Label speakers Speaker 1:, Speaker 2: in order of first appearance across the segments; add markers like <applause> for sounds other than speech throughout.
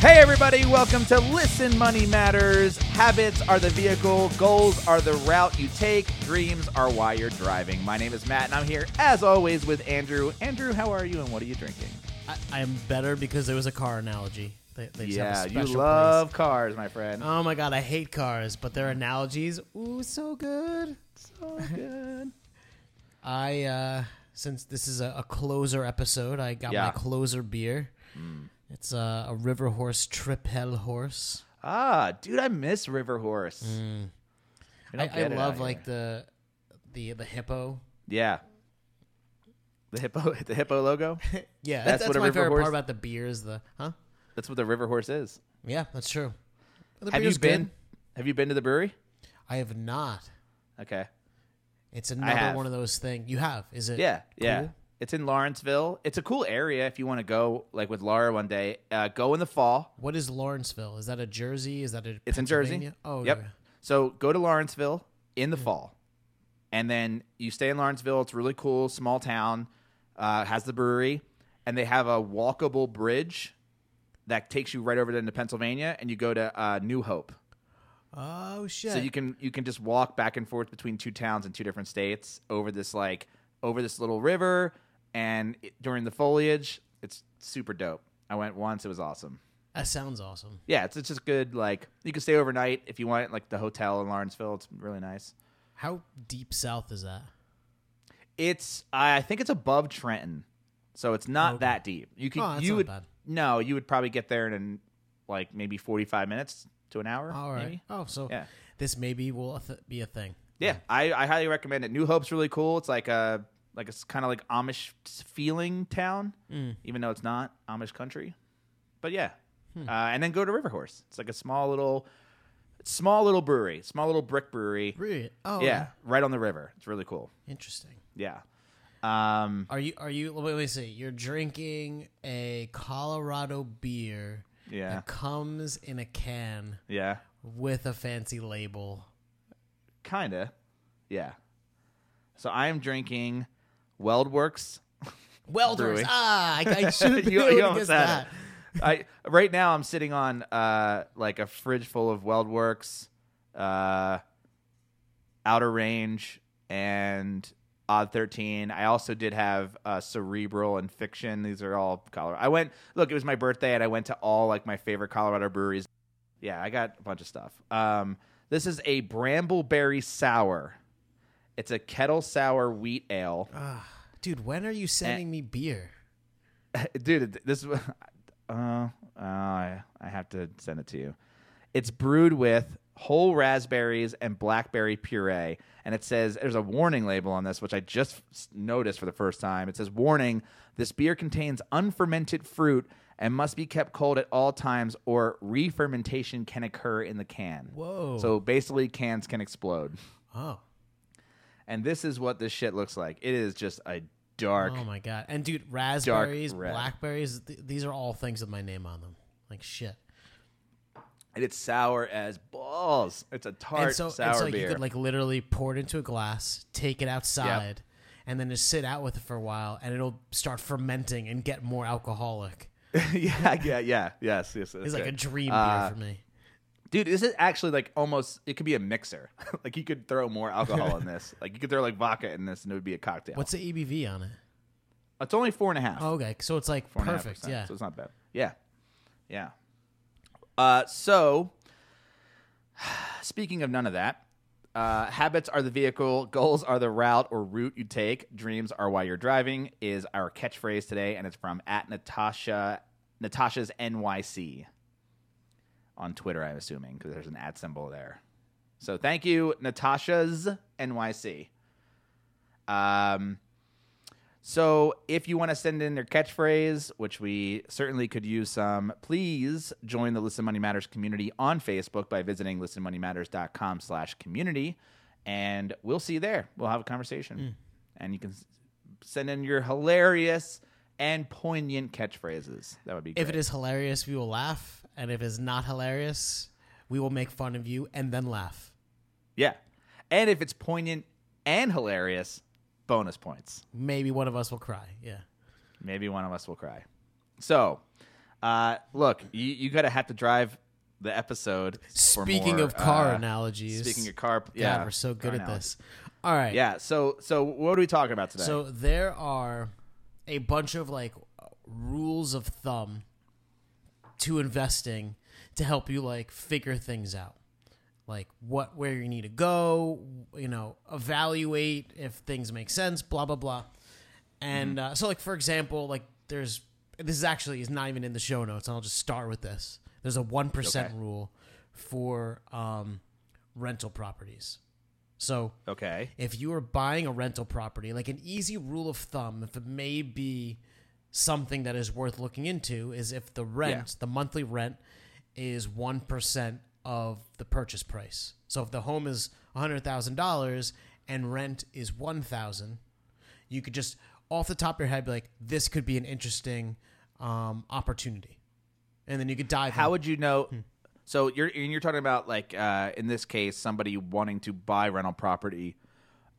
Speaker 1: Hey, everybody, welcome to Listen Money Matters. Habits are the vehicle, goals are the route you take, dreams are why you're driving. My name is Matt, and I'm here, as always, with Andrew. Andrew, how are you, and what are you drinking?
Speaker 2: I, I am better because there was a car analogy. They, they just
Speaker 1: yeah,
Speaker 2: have a
Speaker 1: you
Speaker 2: special
Speaker 1: love cars, my friend.
Speaker 2: Place. Oh my god, I hate cars, but their analogies, ooh, so good.
Speaker 1: so good.
Speaker 2: I uh since this is a, a closer episode, I got
Speaker 1: Yeah. Hmm.
Speaker 2: my closer beer. It's uh, a River Horse Tripel Horse.
Speaker 1: Ah, dude, I miss River Horse. We
Speaker 2: Mm. I,
Speaker 1: don't
Speaker 2: I
Speaker 1: get it out
Speaker 2: love
Speaker 1: here.
Speaker 2: like the the the hippo. <laughs>
Speaker 1: yeah, the hippo, <laughs> the hippo
Speaker 2: <laughs>
Speaker 1: logo.
Speaker 2: Yeah,
Speaker 1: That's
Speaker 2: that's,
Speaker 1: what
Speaker 2: that's
Speaker 1: a
Speaker 2: my
Speaker 1: River
Speaker 2: favorite
Speaker 1: Horse-
Speaker 2: part about the beer is the huh?
Speaker 1: That's what the River Horse is.
Speaker 2: Yeah, that's true. The
Speaker 1: Have you
Speaker 2: beer's good.
Speaker 1: been? Have you been to the brewery?
Speaker 2: I have not.
Speaker 1: Okay.
Speaker 2: It's another
Speaker 1: have.
Speaker 2: one of those things. You have? Is it?
Speaker 1: Yeah, yeah.
Speaker 2: cool?
Speaker 1: It's in Lawrenceville. It's a cool area if you want to go, like with Laura one day. Uh, go in the fall.
Speaker 2: What is Lawrenceville? Is that a Jersey? Is that a?
Speaker 1: It's in Jersey.
Speaker 2: Pennsylvania? Oh,
Speaker 1: yep.
Speaker 2: yeah.
Speaker 1: So go to Lawrenceville in the fall, and then you stay in Lawrenceville. It's really cool, small town. Uh, has the brewery, and they have a walkable bridge that takes you right over into Pennsylvania, and you go to uh, New Hope.
Speaker 2: Oh shit.
Speaker 1: So you can you can just walk back and forth between two towns in two different states over this like over this little river and it- during the foliage. It's super dope. I went once. It was awesome.
Speaker 2: that sounds awesome.
Speaker 1: Yeah, it's, it's just good. Like you can stay overnight if you want. Like the hotel in Lawrenceville, it's really nice.
Speaker 2: How deep south is that?
Speaker 1: It's I think it's above Trenton, so it's not
Speaker 2: Okay.
Speaker 1: that deep. You could
Speaker 2: Oh, that's
Speaker 1: you
Speaker 2: not
Speaker 1: would
Speaker 2: bad.
Speaker 1: no, you would probably get there in like maybe forty five minutes to an hour.
Speaker 2: All right.
Speaker 1: maybe.
Speaker 2: Oh, so
Speaker 1: Yeah.
Speaker 2: this maybe will a th- be a thing.
Speaker 1: Yeah, I, I highly recommend it. New Hope's really cool. It's like a like it's kind of like Amish feeling town, even though it's not Amish country. But yeah, uh, and then go to River Horse. It's like a small little, small little brewery, small little brick brewery.
Speaker 2: Really? Oh,
Speaker 1: Yeah,
Speaker 2: okay.
Speaker 1: right on the river. It's really cool.
Speaker 2: Interesting.
Speaker 1: Yeah. Um,
Speaker 2: Are you? Are you? Wait, let me see. You're drinking a Colorado beer.
Speaker 1: Yeah.
Speaker 2: That comes in a can
Speaker 1: yeah,
Speaker 2: with a fancy label.
Speaker 1: kinda. Yeah. So I am drinking Weldworks
Speaker 2: Welders.
Speaker 1: Brewing.
Speaker 2: Ah, I,
Speaker 1: <laughs>
Speaker 2: I should have been
Speaker 1: you,
Speaker 2: able
Speaker 1: you
Speaker 2: to
Speaker 1: almost
Speaker 2: guess
Speaker 1: had
Speaker 2: that.
Speaker 1: it. I right now I'm sitting on uh like a fridge full of Weldworks, uh, Outer Range, and Odd Thirteen. I also did have uh, Cerebral and Fiction. These are all Colorado. I went look. It was my birthday, and I went to all like my favorite Colorado breweries. Yeah, I got a bunch of stuff. Um, this is a Brambleberry Sour. It's a kettle sour wheat ale.
Speaker 2: Ah, dude, when are you
Speaker 1: Eh.
Speaker 2: sending me beer?
Speaker 1: <laughs> dude this is uh, uh, i I have to send it to you it's brewed with whole raspberries and blackberry puree and it says there's a warning label on this which i just s- noticed for the first time it says warning this beer contains unfermented fruit and must be kept cold at all times or re-fermentation can occur in the can
Speaker 2: Whoa.
Speaker 1: so basically cans can explode
Speaker 2: Oh.
Speaker 1: and this is what this shit looks like it is just a dark
Speaker 2: Oh my god! And dude, raspberries,
Speaker 1: red.
Speaker 2: blackberries, th- these are all things with my name on them. Like shit.
Speaker 1: and it's sour as balls. It's a tart
Speaker 2: and so
Speaker 1: sour
Speaker 2: it's like
Speaker 1: beer.
Speaker 2: you could like literally pour it into a glass, take it outside, and then just sit out with it for a while, and it'll start fermenting and get more alcoholic.
Speaker 1: <laughs> yeah, yeah, yeah, yes, yes.
Speaker 2: It's like a dream
Speaker 1: Uh,
Speaker 2: beer for me.
Speaker 1: dude. This is actually like almost. It could be a mixer. <laughs> like you could throw more alcohol
Speaker 2: <laughs>
Speaker 1: in this. Like you could throw like vodka in this, and it would be a cocktail.
Speaker 2: What's the ABV on it?
Speaker 1: it's only four and a half.
Speaker 2: Oh, okay, so it's like
Speaker 1: Four and a half
Speaker 2: perfect.
Speaker 1: percent,
Speaker 2: Yeah.
Speaker 1: so it's not bad. Yeah, yeah. Uh, so <sighs> speaking of none of that. Uh, habits are the vehicle, goals are the route or route you take, dreams are why you're driving is our catchphrase today, and it's from at Natasha Natasha's NYC on Twitter, I'm assuming, because there's an at symbol there. So thank you, Natasha's NYC. Um, so if you want to send in your catchphrase, which we certainly could use some, please join the Listen Money Matters community on Facebook by visiting listenmoneymatters.com slash community. And we'll see you there. We'll have a conversation. And you can s- send in your hilarious and poignant catchphrases. That would be great.
Speaker 2: If it is hilarious, we will laugh, and if it is not hilarious, we will make fun of you and then laugh.
Speaker 1: Yeah. And if it's poignant and hilarious, bonus points.
Speaker 2: Maybe one of us will cry. Yeah.
Speaker 1: Maybe one of us will cry. So, Uh, look, you, you gotta have to drive the episode. for
Speaker 2: Speaking
Speaker 1: more,
Speaker 2: of car
Speaker 1: uh,
Speaker 2: analogies.
Speaker 1: Speaking of car,
Speaker 2: God,
Speaker 1: yeah,
Speaker 2: we're
Speaker 1: car
Speaker 2: so good at
Speaker 1: analogy.
Speaker 2: this. All right.
Speaker 1: Yeah. So, so what are we talking about today?
Speaker 2: So there are a bunch of like rules of thumb to investing to help you like figure things out. Like what where you need to go, you know, evaluate if things make sense, blah blah blah. And
Speaker 1: Mm-hmm.
Speaker 2: uh, so like for example, like there's this is actually is not even in the show notes. I'll just start with this. There's a 1%
Speaker 1: Okay.
Speaker 2: rule for um rental properties. So
Speaker 1: okay.
Speaker 2: if you are buying a rental property, like an easy rule of thumb, if it may be something that is worth looking into, is if the rent, the monthly rent, is 1% of the purchase price. So if the home is $100,000 and rent is 1000 you could just, off the top of your head, be like, this could be an interesting um, opportunity. And then you could dive
Speaker 1: How
Speaker 2: in.
Speaker 1: would you know?
Speaker 2: Hmm.
Speaker 1: So you're and you're talking about like uh, in this case somebody wanting to buy rental property.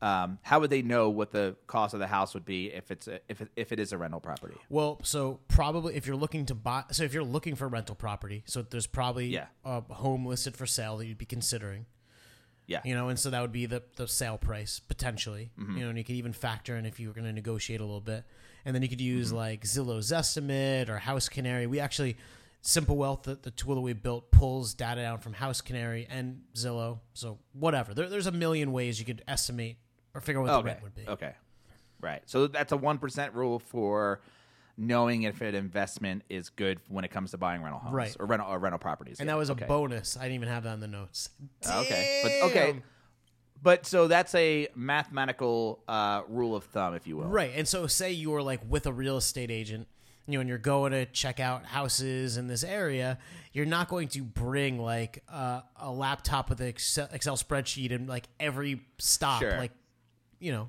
Speaker 1: Um, how would they know what the cost of the house would be if it's a, if it, if it is a rental property?
Speaker 2: Well, so probably if you're looking to buy, so if you're looking for rental property, so there's probably
Speaker 1: Yeah.
Speaker 2: a home listed for sale that you'd be considering.
Speaker 1: Yeah. Mm-hmm.
Speaker 2: You know, and so that would be the, the sale price potentially. You know, and you could even factor in if you were going to negotiate a little bit. And then you could use
Speaker 1: Mm-hmm.
Speaker 2: like Zillow's estimate or House Canary. We actually, Simple Wealth, the, the tool that we built, pulls data down from House Canary and Zillow. So whatever. There, there's a million ways you could estimate or figure out what the
Speaker 1: Okay.
Speaker 2: rent would be.
Speaker 1: Okay. Right. So that's a one percent rule for knowing if an investment is good when it comes to buying rental homes
Speaker 2: Right.
Speaker 1: or rental or rental properties.
Speaker 2: And
Speaker 1: Yeah.
Speaker 2: that was a
Speaker 1: Okay. Oh,
Speaker 2: bonus. I didn't even have that in
Speaker 1: <laughs>
Speaker 2: the notes.
Speaker 1: Okay. But okay.
Speaker 2: Damn.
Speaker 1: But so that's a mathematical uh, rule of thumb, if you will.
Speaker 2: Right. And so say you were like with a real estate agent, you know, and you're going to check out houses in this area, you're not going to bring like uh, a laptop with an Excel, Excel spreadsheet and like every stop,
Speaker 1: Sure.
Speaker 2: like, you know,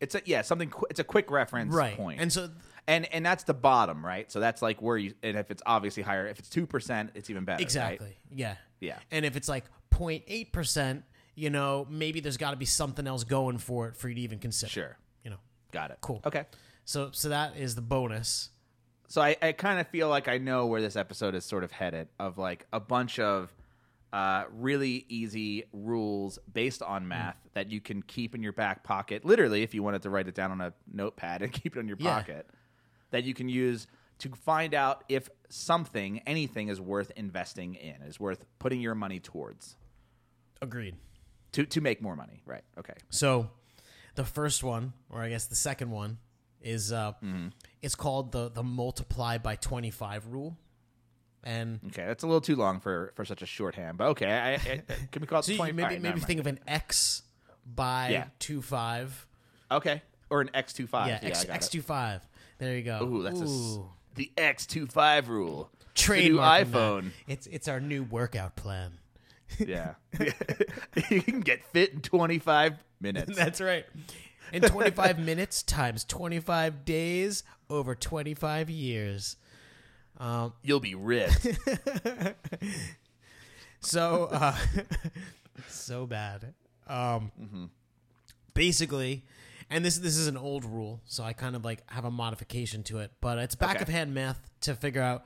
Speaker 1: It's a yeah something. Qu- it's a quick reference
Speaker 2: right.
Speaker 1: point.
Speaker 2: And so
Speaker 1: and and that's the bottom, right? So that's like where you and if it's obviously higher, if it's two percent, it's even better. right?
Speaker 2: Exactly. Yeah.
Speaker 1: Yeah.
Speaker 2: And if it's like 0.8 percent, you know, maybe there's got to be something else going for it for you to even consider.
Speaker 1: Sure.
Speaker 2: You know.
Speaker 1: Got it.
Speaker 2: Cool.
Speaker 1: Okay.
Speaker 2: So so that is the bonus.
Speaker 1: So I, I kind of feel like I know where this episode is sort of headed of like a bunch of uh, really easy rules based
Speaker 2: Hmm.
Speaker 1: on math that you can keep in your back pocket, literally, if you wanted to write it down on a notepad and <laughs> keep it in your
Speaker 2: Yeah.
Speaker 1: pocket, that you can use to find out if something, anything, is worth investing in, is worth putting your money towards
Speaker 2: Agreed.
Speaker 1: to to make more money. Right. Okay.
Speaker 2: So, the first one, or I guess the second one, is uh,
Speaker 1: Mm-hmm.
Speaker 2: it's called the the multiply by twenty five rule, and
Speaker 1: Okay, that's a little too long for for such a shorthand, but okay. I, I, can we
Speaker 2: <laughs>
Speaker 1: call it
Speaker 2: so you
Speaker 1: 20?
Speaker 2: maybe
Speaker 1: All right,
Speaker 2: maybe
Speaker 1: never
Speaker 2: think of an x by
Speaker 1: Yeah. Ah,
Speaker 2: two five.
Speaker 1: mind. okay, or an X two five.
Speaker 2: Yeah, x x two five. There you go.
Speaker 1: Ooh, that's a s the X two five rule. It's the new
Speaker 2: trademark from that. <laughs>
Speaker 1: iPhone.
Speaker 2: It's it's our new
Speaker 1: <laughs>
Speaker 2: workout plan.
Speaker 1: yeah, <laughs> you can get fit in twenty five minutes.
Speaker 2: That's right. In twenty five <laughs> minutes times twenty five days over twenty five years.
Speaker 1: You'll be ripped.
Speaker 2: So uh, <laughs> so bad. Um,
Speaker 1: Mm-hmm.
Speaker 2: Basically, and this this is an old rule, so I kind of like have a modification to it, but it's back
Speaker 1: Okay.
Speaker 2: of hand math to figure out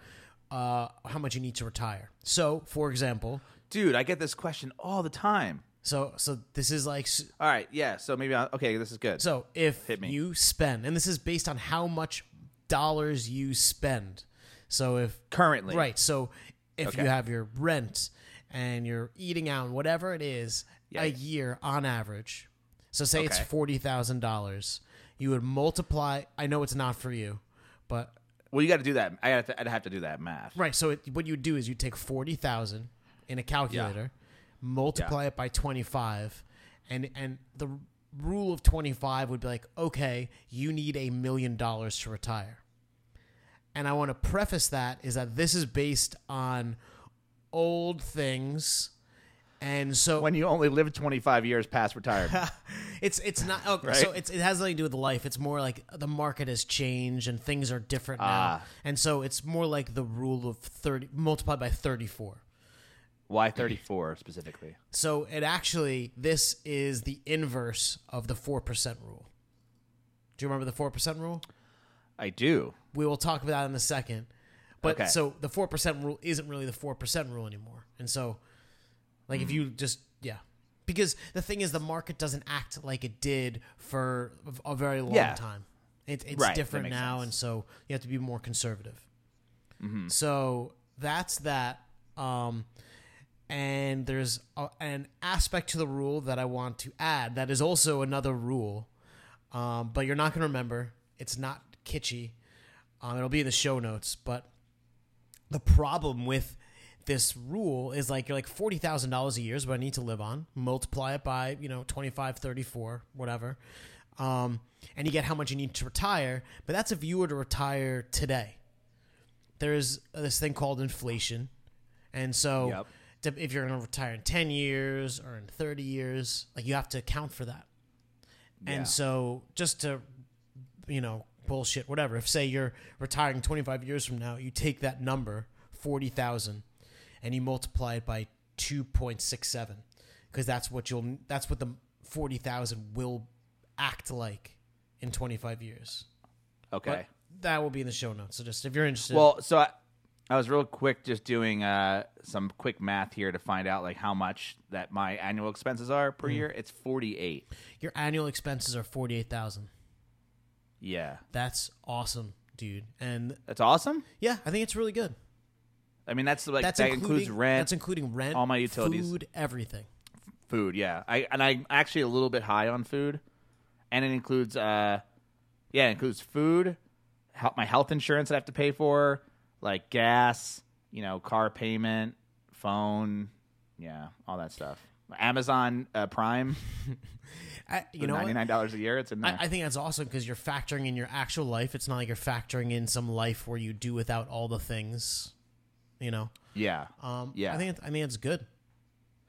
Speaker 2: uh, how much you need to retire. So, for example,
Speaker 1: Dude, I get this question all the time.
Speaker 2: so so this is like s-
Speaker 1: All right, yeah. So maybe I'll, okay, this is good.
Speaker 2: so if
Speaker 1: Hit me.
Speaker 2: you spend, and this is based on how much dollars you spend. So if
Speaker 1: Currently,
Speaker 2: Right. So if
Speaker 1: Okay.
Speaker 2: you have your rent and you're eating out, whatever it is,
Speaker 1: Yeah.
Speaker 2: a year on average. So say it's
Speaker 1: Okay.
Speaker 2: forty thousand dollars. You would multiply. I know it's not for you, but
Speaker 1: Well, you got to do that. I have to, I'd have to do that math.
Speaker 2: right. So it, what you do is you take forty thousand in a calculator, multiply it by twenty five, and and the r- rule of twenty five would be like, okay, you need a million dollars to retire. And I want to preface that is that this is based on old things, and so
Speaker 1: When you only live twenty five years past retirement.
Speaker 2: it's it's not okay, so it's it has nothing to do with life. It's more like the market has changed and things are different now, and so it's more like the rule of thirty multiplied by thirty four.
Speaker 1: Why thirty four specifically?
Speaker 2: So it actually this is the inverse of the four percent rule. Do you remember the four percent rule?
Speaker 1: I do.
Speaker 2: We will talk about that in a second. But
Speaker 1: Okay.
Speaker 2: so the four percent rule isn't really the four percent rule anymore, and so like
Speaker 1: Hmm.
Speaker 2: if you just yeah, because the thing is the market doesn't act like it did for a a very long
Speaker 1: Yeah.
Speaker 2: time. It, it's
Speaker 1: Right, that
Speaker 2: different
Speaker 1: makes sense.
Speaker 2: now,
Speaker 1: Mm-hmm.
Speaker 2: and so you have to be more conservative. So that's that. Um, and there's a, an aspect to the rule that I want to add that is also another rule, um, but you're not going to remember. It's not kitschy. Um, it'll be in the show notes. But the problem with this rule is like you're like $40,000 a year is what I need to live on. Multiply it by, you know, 25, 34, whatever. Um, and you get how much you need to retire. But that's if you were to retire today there's this thing called inflation. And so
Speaker 1: Yep.
Speaker 2: to- if you're going to retire in 10 years or in 30 years, like you have to account for that.
Speaker 1: Yeah.
Speaker 2: And so just to, you know, bullshit, whatever. If say you're retiring 25 years from now, you take that number, 40,000, and you multiply it by 2.67 because that's what you'll, that's what the 40,000 will act like in 25 years.
Speaker 1: Okay.
Speaker 2: But that will be in the show notes. So just if you're interested.
Speaker 1: Well, so I, I was real quick just doing uh, some quick math here to find out like how much that my annual expenses are per
Speaker 2: Mm-hmm.
Speaker 1: year. It's forty eight.
Speaker 2: Your annual expenses are forty eight thousand.
Speaker 1: Yeah,
Speaker 2: That's awesome, dude. And
Speaker 1: that's awesome.
Speaker 2: yeah, I think it's really good.
Speaker 1: I mean, that's like
Speaker 2: That's
Speaker 1: that
Speaker 2: including,
Speaker 1: includes rent,
Speaker 2: That's including rent,
Speaker 1: all my utilities.
Speaker 2: food, everything.
Speaker 1: food. Yeah, I and I'm actually a little bit high on food, and it includes uh, yeah, it includes food, help my health insurance that I have to pay for, like gas, you know, car payment, phone, yeah, all that stuff. Amazon uh, Prime,
Speaker 2: I, you
Speaker 1: for
Speaker 2: know, what?
Speaker 1: ninety nine dollars a year. It's in there.
Speaker 2: I, I think that's awesome because you're factoring in your actual life. It's not like you're factoring in some life where you do without all the things. You know,
Speaker 1: yeah.
Speaker 2: um,
Speaker 1: Yeah.
Speaker 2: I think it- I think it's good.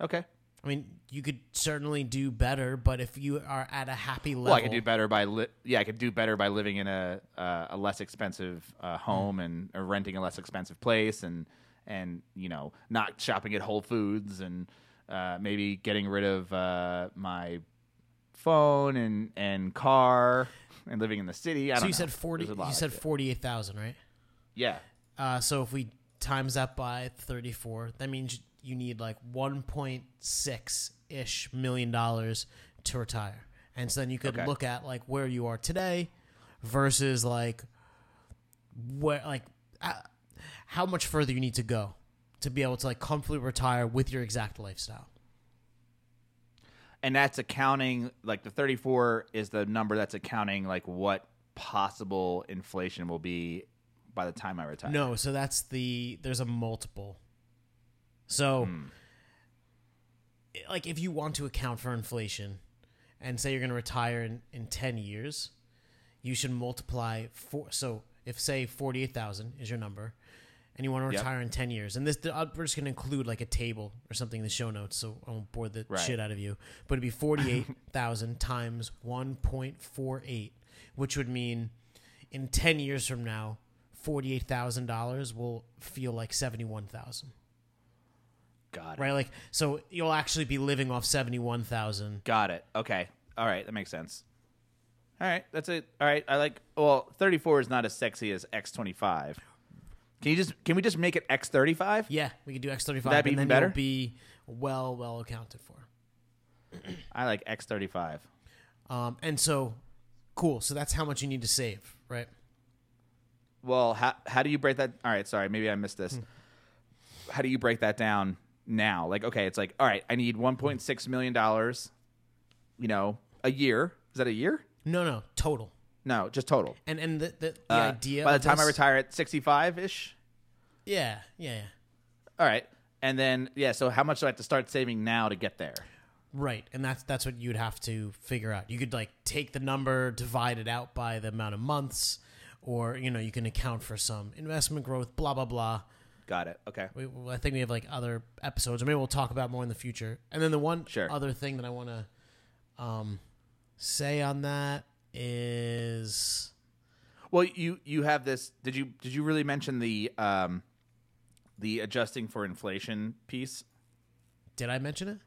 Speaker 1: Okay.
Speaker 2: I mean, you could certainly do better, but if you are at a happy level,
Speaker 1: Well, I could do better by li- yeah, I could do better by living in a uh, a less expensive uh,
Speaker 2: Mm-hmm.
Speaker 1: home and or renting a less expensive place and and you know not shopping at Whole Foods and uh, maybe getting rid of uh, my phone and and car and living in the city. I
Speaker 2: So
Speaker 1: don't
Speaker 2: you
Speaker 1: know.
Speaker 2: said forty.
Speaker 1: There's a lot
Speaker 2: You said
Speaker 1: of it.
Speaker 2: forty eight thousand, right?
Speaker 1: yeah.
Speaker 2: Uh, so if we times that by 34, that means you need like 1.6 ish million dollars to retire. And so then you could
Speaker 1: Okay.
Speaker 2: look at like where you are today versus like where, like uh, how much further you need to go to be able to like comfortably retire with your exact lifestyle.
Speaker 1: and that's accounting like the 34 is the number that's accounting like what possible inflation will be by the time I retire.
Speaker 2: No, so that's the there's a multiple. So like if you want to account for inflation and say you're going to retire in in 10 years, you should multiply four so if say 48,000 is your number and you want to
Speaker 1: Yep.
Speaker 2: retire in 10 years and this uh, we're just going to include like a table or something in the show notes so I won't bore the
Speaker 1: Right.
Speaker 2: shit out of you but it'd be 48,000 <laughs> times 1.48 which would mean in 10 years from now $48,000 will feel like 71,000
Speaker 1: Got it.
Speaker 2: right like so you'll actually be living off 71,000
Speaker 1: Got it. Okay. All right. That makes sense. All right. That's it. All right. I like. Well, thirty four is not as sexy as X twenty five. Can you just? Can we just make it X thirty five?
Speaker 2: yeah we could do x35
Speaker 1: That'd be
Speaker 2: and
Speaker 1: even
Speaker 2: then
Speaker 1: better?
Speaker 2: you'll be well well accounted for
Speaker 1: I like X thirty five.
Speaker 2: Um, and so, cool. So that's how much you need to save, right?
Speaker 1: Well, how how do you break that? All right. Sorry. Maybe I missed
Speaker 2: Hmm.
Speaker 1: this. How do you break that down now? Like, okay, it's like, all right, I need one point six million dollars. You know, a year. Is that a year?
Speaker 2: No, no, total.
Speaker 1: No, just total.
Speaker 2: And and the the, the
Speaker 1: Uh,
Speaker 2: idea
Speaker 1: by the
Speaker 2: of
Speaker 1: time I
Speaker 2: this-
Speaker 1: retire at sixty five ish.
Speaker 2: yeah, yeah, yeah,
Speaker 1: All right. And then yeah, so how much do I have to start saving now to get there?
Speaker 2: right. And that's that's what you'd have to figure out. You could like take the number, divide it out by the amount of months, or you know you can account for some investment growth, blah blah blah.
Speaker 1: Got it. Okay.
Speaker 2: We, well, I think we have like other episodes, or maybe we'll talk about more in the future. And then the one
Speaker 1: Sure.
Speaker 2: other thing that I want to um, say on that is
Speaker 1: Well, you you have this. Did you did you really mention the um, the adjusting for inflation piece?
Speaker 2: Did I mention it?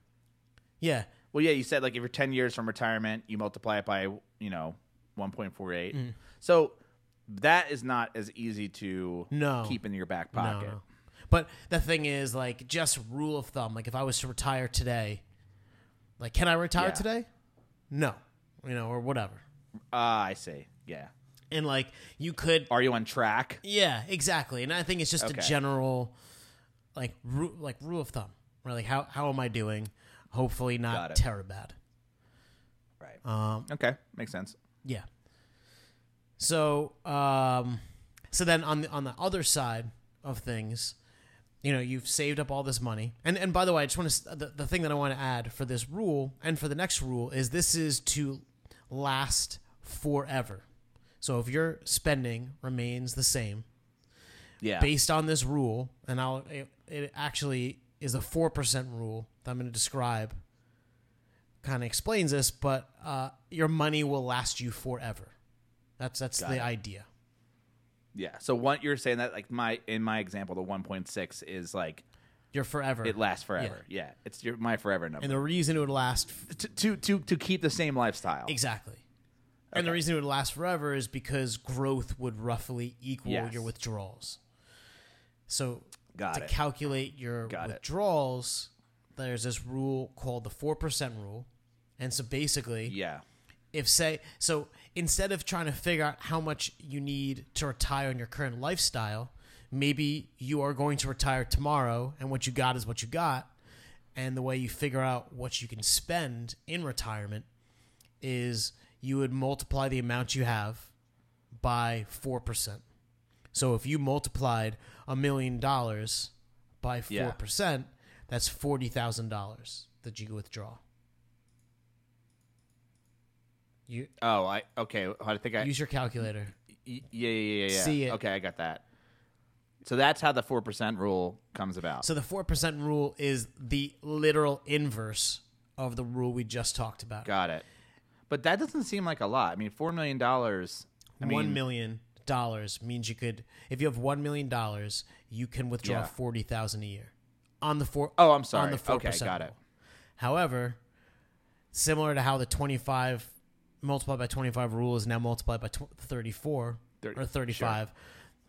Speaker 2: Yeah.
Speaker 1: Well, yeah, you said like if Mm. you're ten years from retirement, you multiply it by you know one point four eight. So that is not as easy to
Speaker 2: No.
Speaker 1: keep in your back
Speaker 2: No,
Speaker 1: pocket.
Speaker 2: no. But the thing is, like, just rule of thumb. Like, if I was to retire today, like, can I retire
Speaker 1: Yeah.
Speaker 2: today? No, you know, or whatever.
Speaker 1: Ah, I see. Yeah.
Speaker 2: And like, you could
Speaker 1: Are you on track?
Speaker 2: Yeah, exactly. And I think it's just
Speaker 1: Okay.
Speaker 2: a general, like, ru- like rule of thumb, right? Like, how how am I doing? Hopefully
Speaker 1: Got
Speaker 2: not
Speaker 1: it.
Speaker 2: terror bad.
Speaker 1: Right.
Speaker 2: Um,
Speaker 1: Okay, makes sense.
Speaker 2: yeah. So, um, so then on the on the other side of things, you know, you've saved up all this money, and and by the way, I just want to the, the thing that I want to add for this rule and for the next rule is this is to last forever. So if your spending remains the same,
Speaker 1: Yeah.
Speaker 2: based on this rule, and I'll it, it actually is a four percent rule that I'm going to describe. Kind of explains this, but uh, your money will last you forever. That's that's
Speaker 1: Got
Speaker 2: the
Speaker 1: it.
Speaker 2: idea.
Speaker 1: yeah. So what you're saying that like my in my example the 1.6 is like
Speaker 2: You're forever,
Speaker 1: it lasts forever. Yeah. It's your my forever number.
Speaker 2: and the reason it would last f-
Speaker 1: to to to to keep the same lifestyle.
Speaker 2: exactly, and the reason it would last forever is because growth would roughly equal
Speaker 1: Yes.
Speaker 2: your withdrawals. So
Speaker 1: Got
Speaker 2: to
Speaker 1: it.
Speaker 2: calculate your
Speaker 1: Got it.
Speaker 2: withdrawals, there's this rule called the four percent rule, and so basically,
Speaker 1: yeah.
Speaker 2: if say so instead of trying to figure out how much you need to retire on your current lifestyle maybe you are going to retire tomorrow and what you got is what you got and the way you figure out what you can spend in retirement is you would multiply the amount you have by 4% so if you multiplied a million dollars by 4%
Speaker 1: Yeah.
Speaker 2: that's $40000 that you could withdraw you
Speaker 1: Oh, I okay. I think I
Speaker 2: Use your calculator.
Speaker 1: y- yeah yeah yeah yeah.
Speaker 2: See it.
Speaker 1: Okay, I got that. So that's how the 4% rule comes about.
Speaker 2: So the 4% rule is the literal inverse of the rule we just talked about.
Speaker 1: Got it. But that doesn't seem like a lot. I mean, four million dollars. I mean,
Speaker 2: $1 million dollars means you could if you have 1 million dollars, you can withdraw
Speaker 1: Yeah.
Speaker 2: 40,000 a year. On the 4
Speaker 1: Oh, I'm
Speaker 2: On
Speaker 1: sorry.
Speaker 2: the
Speaker 1: Okay,
Speaker 2: 4%
Speaker 1: got it.
Speaker 2: rule. However, similar to how the 25 multiplied by 25 rule is now multiplied by tw- 34
Speaker 1: Thirty-
Speaker 2: or 35,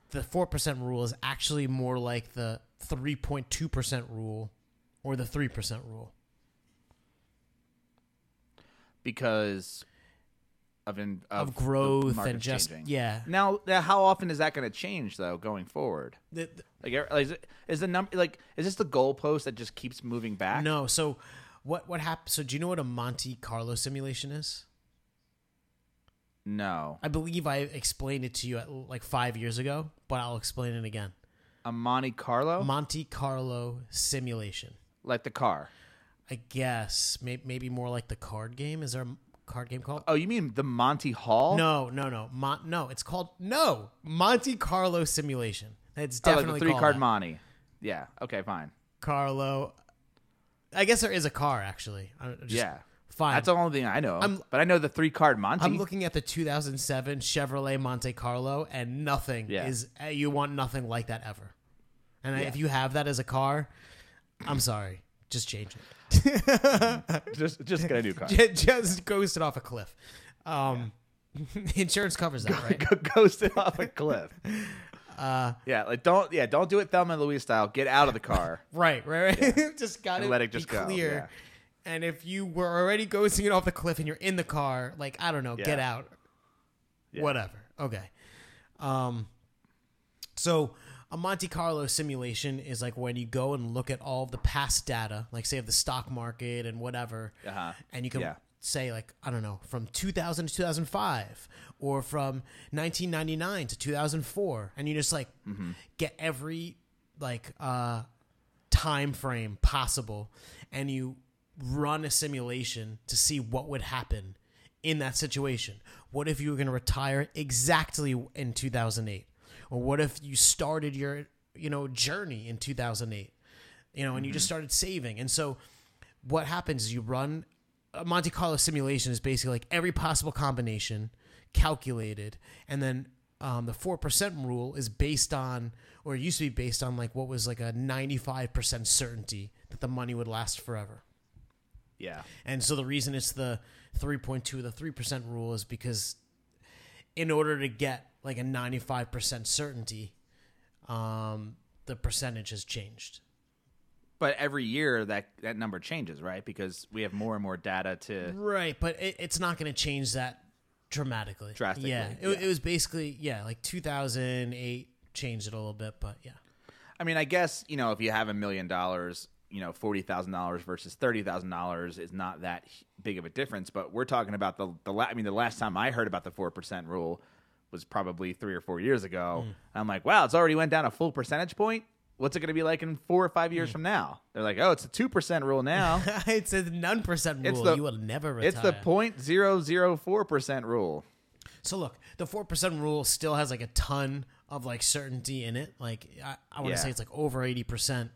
Speaker 2: the 4% rule is actually more like the 3.2% rule or the 3% rule.
Speaker 1: because of in,
Speaker 2: of,
Speaker 1: of, the
Speaker 2: growth and
Speaker 1: markets
Speaker 2: just
Speaker 1: changing.
Speaker 2: yeah.
Speaker 1: Now, now, how often is that going to change though going forward?
Speaker 2: The- the-
Speaker 1: Like, er- like, is, it, is the number like is this the goalpost that just keeps moving back?
Speaker 2: no, so what what happened? So do you know what a Monte Carlo simulation is?
Speaker 1: no.
Speaker 2: I believe I explained it to you at, like five years ago, but I'll explain it again.
Speaker 1: A Monte Carlo,
Speaker 2: Monte Carlo simulation,
Speaker 1: like the car.
Speaker 2: I guess. May, maybe more like the card game. Is there a card game called?
Speaker 1: Oh, you mean the Monty Hall?
Speaker 2: No, no, no, Mon- no. It's called no Monte Carlo simulation. It's
Speaker 1: Oh, like
Speaker 2: definitely
Speaker 1: the three
Speaker 2: called
Speaker 1: card
Speaker 2: that.
Speaker 1: Monty. Yeah. Okay, fine.
Speaker 2: Carlo. I guess there is a car actually. I- just-
Speaker 1: Yeah.
Speaker 2: fine.
Speaker 1: That's the only thing I know.
Speaker 2: I'm-
Speaker 1: but I know the three card Monty.
Speaker 2: I'm looking at the 2007 Chevrolet Monte Carlo, and nothing
Speaker 1: Yeah.
Speaker 2: is. uh, You want nothing like that ever. And
Speaker 1: Yeah.
Speaker 2: if you have that as a car, I'm sorry, just change it.
Speaker 1: <laughs> just just get a new car.
Speaker 2: <laughs> Ju- just ghost it off a cliff. Um, <laughs> insurance covers that, right?
Speaker 1: go- ghosted off a
Speaker 2: <laughs>
Speaker 1: cliff.
Speaker 2: Uh,
Speaker 1: yeah, like don't yeah, don't do it Thelma and Louise style. Get out of the
Speaker 2: <laughs>
Speaker 1: car.
Speaker 2: Right, right, right. <laughs> just got to
Speaker 1: let it just
Speaker 2: be
Speaker 1: go,
Speaker 2: clear. And if you were already ghosting it off the cliff and you're in the car, like I don't know, get
Speaker 1: Yeah.
Speaker 2: out,
Speaker 1: Yeah.
Speaker 2: whatever. Okay. Um. So a Monte Carlo simulation is like when you go and look at all of the past data, like say of the stock market and whatever,
Speaker 1: Uh-huh.
Speaker 2: and you can
Speaker 1: Yeah.
Speaker 2: say like I don't know from 2000 to 2005 or from 1999 to 2004, and you just like
Speaker 1: Mm-hmm.
Speaker 2: get every like uh time frame possible and you run a simulation to see what would happen in that situation what if you were going to retire exactly in 2008 or what if you started your you know journey in 2008 you know and you just started saving and so what happens is you run a uh, monte carlo simulation is basically like every possible combination calculated and then um, the 4% rule is based on or it used to be based on like what was like a 95% certainty that the money would last forever
Speaker 1: Yeah.
Speaker 2: and so the reason it's the 3.2 the 3% rule is because in order to get like a 95% certainty, um, the percentage has changed.
Speaker 1: But every year that that number changes, right? Because we have more and more data to
Speaker 2: Right, but it, it's not going to change that dramatically.
Speaker 1: Drastically,
Speaker 2: Yeah. It, it was basically, yeah, like 2008 changed it a little bit, but yeah. <laughs>
Speaker 1: I mean, I guess you know if you have a million dollars, you know forty thousand dollars versus thirty thousand dollars is not that h- big of a difference. But we're talking about the the la- I mean, the last time I heard about the four percent rule was probably three or four years ago.
Speaker 2: Hmm.
Speaker 1: I'm like, wow, it's already went down a full percentage point. What's it going to be like in four or five years from now? They're like, oh, it's a two percent rule now.
Speaker 2: Hmm. <laughs> it's a none percent
Speaker 1: It's
Speaker 2: rule.
Speaker 1: the-
Speaker 2: you will never retire.
Speaker 1: it's the point zero zero four percent rule.
Speaker 2: So look, the four percent rule still has like a ton of like certainty in it. Like I, I want to
Speaker 1: Yeah.
Speaker 2: say it's like over eighty percent.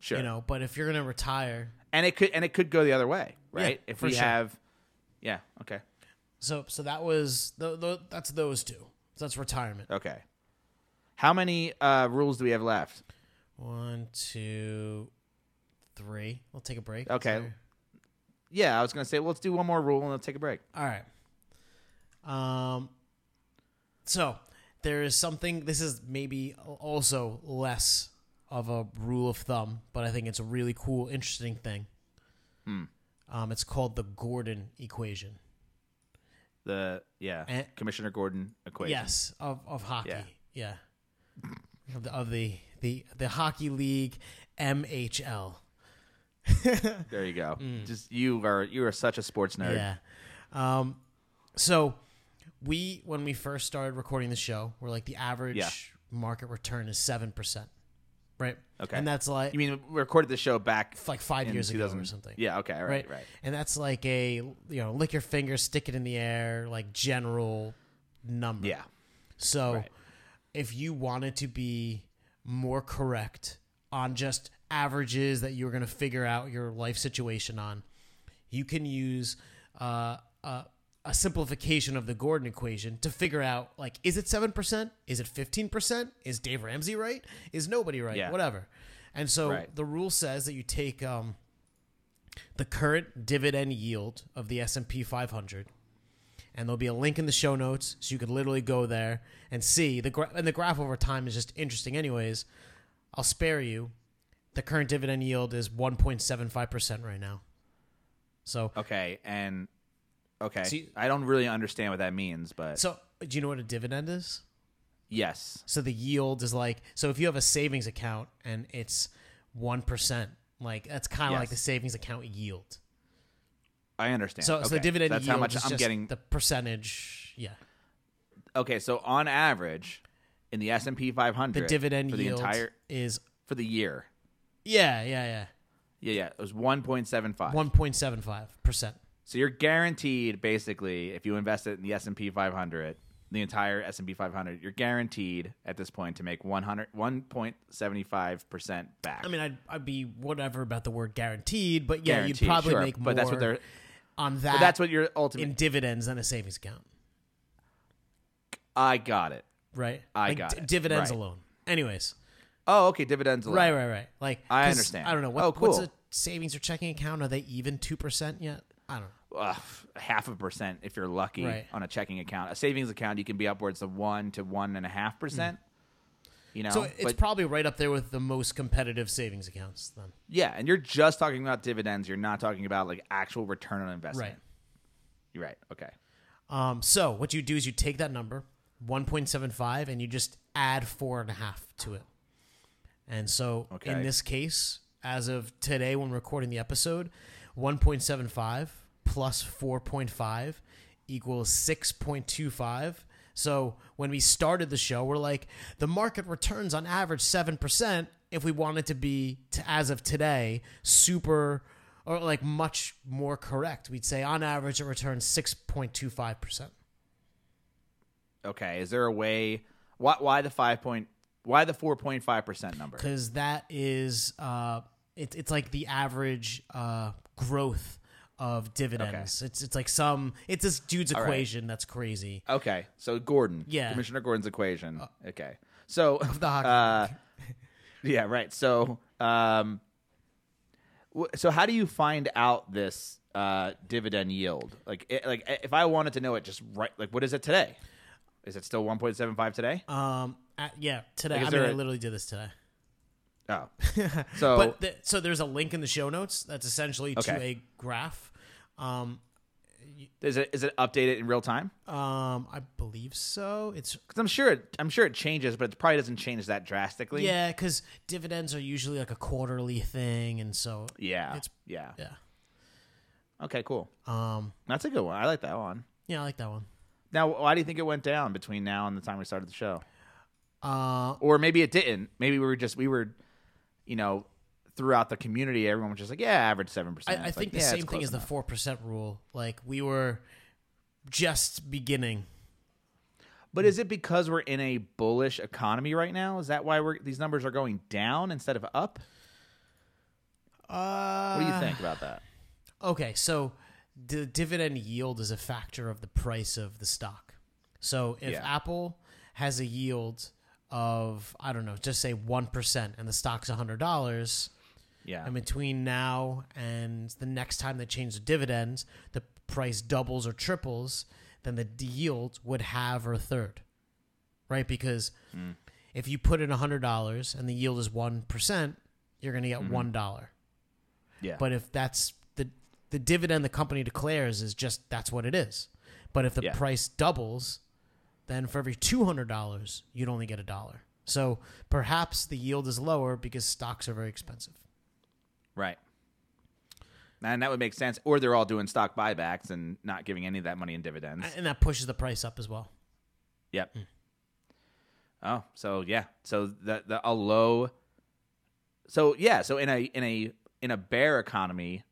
Speaker 1: Sure.
Speaker 2: You know, but if you're gonna retire,
Speaker 1: and it could and it could go the other way, right?
Speaker 2: Yeah,
Speaker 1: if
Speaker 2: for
Speaker 1: we
Speaker 2: sure.
Speaker 1: have, yeah, okay,
Speaker 2: so so that was the, the that's those two. So that's retirement.
Speaker 1: okay. How many uh, rules do we have left?
Speaker 2: One, two, three. We'll take a break.
Speaker 1: Okay.
Speaker 2: Sorry.
Speaker 1: Yeah, I was gonna say, well, let's do one more rule and let's take a break.
Speaker 2: All right. Um. So there is something. This is maybe also less of a rule of thumb, but I think it's a really cool, interesting thing. Um, it's called the Gordon equation.
Speaker 1: The yeah,
Speaker 2: Eh.
Speaker 1: Commissioner Gordon equation.
Speaker 2: Yes, of of hockey. Yeah.
Speaker 1: Yeah.
Speaker 2: Of the, of the the the hockey league MHL.
Speaker 1: There you
Speaker 2: <laughs>
Speaker 1: go. Just you are you are such a sports nerd.
Speaker 2: Mm. Yeah. Um, so we when we first started recording the show, we're like the average
Speaker 1: Yeah.
Speaker 2: market return is seven percent, right?
Speaker 1: Okay.
Speaker 2: and that's like
Speaker 1: You mean we recorded the show back
Speaker 2: like five
Speaker 1: in
Speaker 2: years ago
Speaker 1: 2000
Speaker 2: or something.
Speaker 1: Yeah. Okay. All right.
Speaker 2: Right.
Speaker 1: Right.
Speaker 2: And that's like a you know lick your finger, stick it in the air, like general number.
Speaker 1: Yeah.
Speaker 2: So
Speaker 1: Right.
Speaker 2: if you wanted to be more correct on just averages that you're going to figure out your life situation on, you can use uh, a, a simplification of the Gordon equation to figure out like, is it 7%? Is it 15%? Is Dave Ramsey right? Is nobody right?
Speaker 1: Yeah.
Speaker 2: Whatever. And so
Speaker 1: Right.
Speaker 2: the rule says that you take um, the current dividend yield of the S&P 500 and there'll be a link in the show notes so you could literally go there and see the gra- and the graph over time is just interesting anyways i'll spare you the current dividend yield is 1.75% right now so
Speaker 1: Okay. And okay,
Speaker 2: So you-
Speaker 1: I don't really understand what that means, but
Speaker 2: so do you know what a dividend is
Speaker 1: yes.
Speaker 2: so the yield is like so if you have a savings account and it's 1% like that's kind of
Speaker 1: Yes.
Speaker 2: like the savings account yield
Speaker 1: I understand.
Speaker 2: so
Speaker 1: okay.
Speaker 2: so the dividend
Speaker 1: That's
Speaker 2: yield
Speaker 1: how much
Speaker 2: is
Speaker 1: I'm
Speaker 2: just
Speaker 1: getting.
Speaker 2: the percentage yeah
Speaker 1: okay, so on average, in the S and P 500,
Speaker 2: the dividend
Speaker 1: for the
Speaker 2: yield
Speaker 1: entire
Speaker 2: is
Speaker 1: for the year,
Speaker 2: yeah yeah yeah
Speaker 1: yeah, yeah, it was 1.75.
Speaker 2: 1.75%.
Speaker 1: So you're guaranteed basically if you invest it in the S&P 500, the entire S&P 500, you're guaranteed at this point to make 100 1.75% back.
Speaker 2: I mean, I'd, I'd be whatever about the word guaranteed, but yeah,
Speaker 1: Guaranteed,
Speaker 2: you'd probably
Speaker 1: sure,
Speaker 2: make more
Speaker 1: but that's what they're-
Speaker 2: on that
Speaker 1: but that's what your ultimate
Speaker 2: in dividends than a savings account,
Speaker 1: I got it.
Speaker 2: right?
Speaker 1: I
Speaker 2: like,
Speaker 1: got it.
Speaker 2: Dividends
Speaker 1: Right.
Speaker 2: alone. Anyways,
Speaker 1: Oh, okay, dividends alone.
Speaker 2: right, right, right. Like
Speaker 1: I
Speaker 2: 'cause
Speaker 1: understand.
Speaker 2: I don't know. What,
Speaker 1: Oh,
Speaker 2: What's
Speaker 1: cool.
Speaker 2: a savings or checking account? Are they even 2% yet? I don't know.
Speaker 1: Ugh, half a percent if you're lucky
Speaker 2: Right.
Speaker 1: on a checking account. A savings account you can be upwards of 1 to 1.5%. You know,
Speaker 2: Hmm. So it's
Speaker 1: but
Speaker 2: probably right up there with the most competitive savings accounts then.
Speaker 1: yeah, and you're just talking about dividends. You're not talking about like actual return on investment.
Speaker 2: Right.
Speaker 1: You're right. Okay.
Speaker 2: Um, so what you do is you take that number, 1.75, and you just add four and a half to it. And so in
Speaker 1: Okay.
Speaker 2: this case, as of today when recording the episode, 1.75 plus 4.5 equals 6.25. So when we started the show, we're like, the market returns on average 7%. If we wanted to be, to, as of today, super or like much more correct, we'd say on average it returns 6.25%.
Speaker 1: Okay, is there a way? Why, why the five point? Why the four point five percent number?
Speaker 2: because that is uh, it, it's like the average uh, growth of dividends. It's it's like some it's this dude's
Speaker 1: right.
Speaker 2: equation that's crazy.
Speaker 1: Okay, so Gordon,
Speaker 2: Yeah. Uh,
Speaker 1: Commissioner Gordon's equation. okay,
Speaker 2: <laughs>
Speaker 1: so
Speaker 2: the hockey
Speaker 1: uh, yeah, right. So, um, w- so how do you find out this uh dividend yield? Like, i like i- if I wanted to know it, just right, like what is it today? Is it still 1.75 today?
Speaker 2: Um, uh, yeah, today.
Speaker 1: Like, is
Speaker 2: I mean,
Speaker 1: there
Speaker 2: I
Speaker 1: a-
Speaker 2: literally did this today. <laughs>
Speaker 1: Oh, so
Speaker 2: But the, so there's a link in the show notes that's essentially to
Speaker 1: Okay.
Speaker 2: a graph. Um,
Speaker 1: is it is it updated in real time?
Speaker 2: um, I believe so. It's
Speaker 1: Because I'm sure it, I'm sure it changes, but it probably doesn't change that drastically.
Speaker 2: yeah, because dividends are usually like a quarterly thing, and so
Speaker 1: yeah,
Speaker 2: It's-
Speaker 1: yeah.
Speaker 2: yeah,
Speaker 1: Okay, cool.
Speaker 2: um,
Speaker 1: That's a good one. I like that one.
Speaker 2: yeah, I like that one.
Speaker 1: Now, why do you think it went down between now and the time we started the show?
Speaker 2: Uh,
Speaker 1: Or maybe it didn't. Maybe we were just we were, you know, throughout the community, everyone was just like, yeah, average seven
Speaker 2: I,
Speaker 1: percent.
Speaker 2: I think the same thing as the four percent rule. Like we were just beginning.
Speaker 1: But is it because we're in a bullish economy right now? Is that why we're these numbers are going down instead of up?
Speaker 2: Uh,
Speaker 1: What do you think about that?
Speaker 2: Okay, so the dividend yield is a factor of the price of the stock. So if
Speaker 1: Yeah.
Speaker 2: Apple has a yield of I don't know, just say one percent, and the stock's hundred dollars,
Speaker 1: Yeah.
Speaker 2: and between now and the next time they change the dividends, the price doubles or triples, then the d- yield would have or third, right? Because if you put in hundred dollars and the yield is one percent, you're going to get one dollar.
Speaker 1: yeah.
Speaker 2: But if that's the the dividend the company declares is just that's what it is. But if the
Speaker 1: Yeah.
Speaker 2: price doubles, then for every two hundred dollars, you'd only get a dollar. So perhaps the yield is lower because stocks are very expensive.
Speaker 1: Right. And that would make sense. Or they're all doing stock buybacks and not giving any of that money in dividends.
Speaker 2: And that pushes the price up as well.
Speaker 1: yep.
Speaker 2: Hmm.
Speaker 1: Oh, so yeah. So the the a low So yeah, so in a in a in a bear economy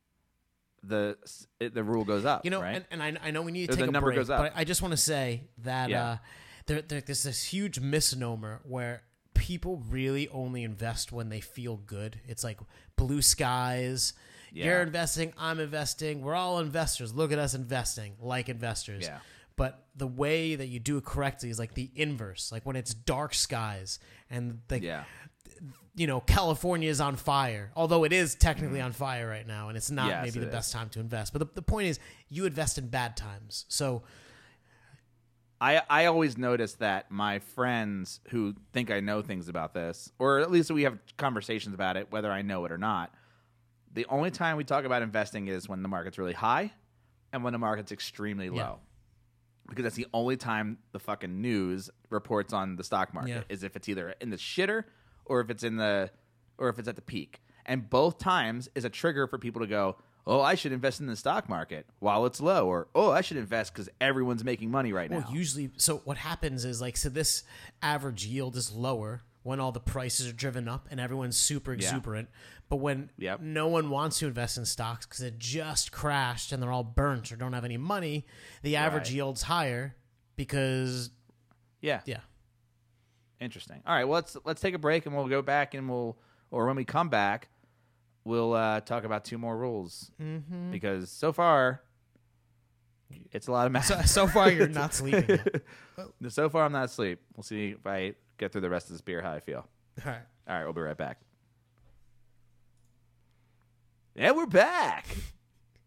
Speaker 1: the the rule goes up,
Speaker 2: You know,
Speaker 1: right?
Speaker 2: and, and I, I know we need to
Speaker 1: So
Speaker 2: take
Speaker 1: the
Speaker 2: a
Speaker 1: number
Speaker 2: break,
Speaker 1: goes up.
Speaker 2: but I just want to say that
Speaker 1: Yeah.
Speaker 2: uh, there, there, there's this huge misnomer where people really only invest when they feel good. It's like blue skies. You're
Speaker 1: Yeah.
Speaker 2: investing. I'm investing. We're all investors. Look at us investing like investors.
Speaker 1: Yeah.
Speaker 2: But the way that you do it correctly is like the inverse. Like when it's dark skies and like
Speaker 1: yeah.
Speaker 2: you know California is on fire, although it is technically on fire right now, and it's not
Speaker 1: Yes,
Speaker 2: maybe
Speaker 1: it
Speaker 2: the
Speaker 1: is.
Speaker 2: best time to invest. But the, the point is, you invest in bad times. So
Speaker 1: I, I always notice that my friends who think I know things about this, or at least we have conversations about it, whether I know it or not, the only time we talk about investing is when the market's really high and when the market's extremely low. Because that's the only time the fucking news reports on the stock market
Speaker 2: Yeah.
Speaker 1: is if it's either in the shitter or if it's in the or if it's at the peak. And both times is a trigger for people to go, "Oh, I should invest in the stock market while it's low," or "Oh, I should invest because everyone's making money right now."
Speaker 2: well, usually, so what happens is like so this average yield is lower when all the prices are driven up and everyone's super exuberant. But when
Speaker 1: Yep.
Speaker 2: no one wants to invest in stocks because it just crashed and they're all burnt or don't have any money, the average
Speaker 1: Right.
Speaker 2: yield's higher because
Speaker 1: Yeah.
Speaker 2: yeah.
Speaker 1: Interesting. All right. Well, let's let's take a break and we'll go back and we'll or when we come back, we'll uh, talk about two more rules mm-hmm. because so far it's a lot of math.
Speaker 2: <laughs> So, so far, you're <laughs> not sleeping. Yet.
Speaker 1: <laughs> so far, I'm not asleep. We'll see if I get through the rest of this beer how I feel.
Speaker 2: All right.
Speaker 1: All right. We'll be right back. And we're back.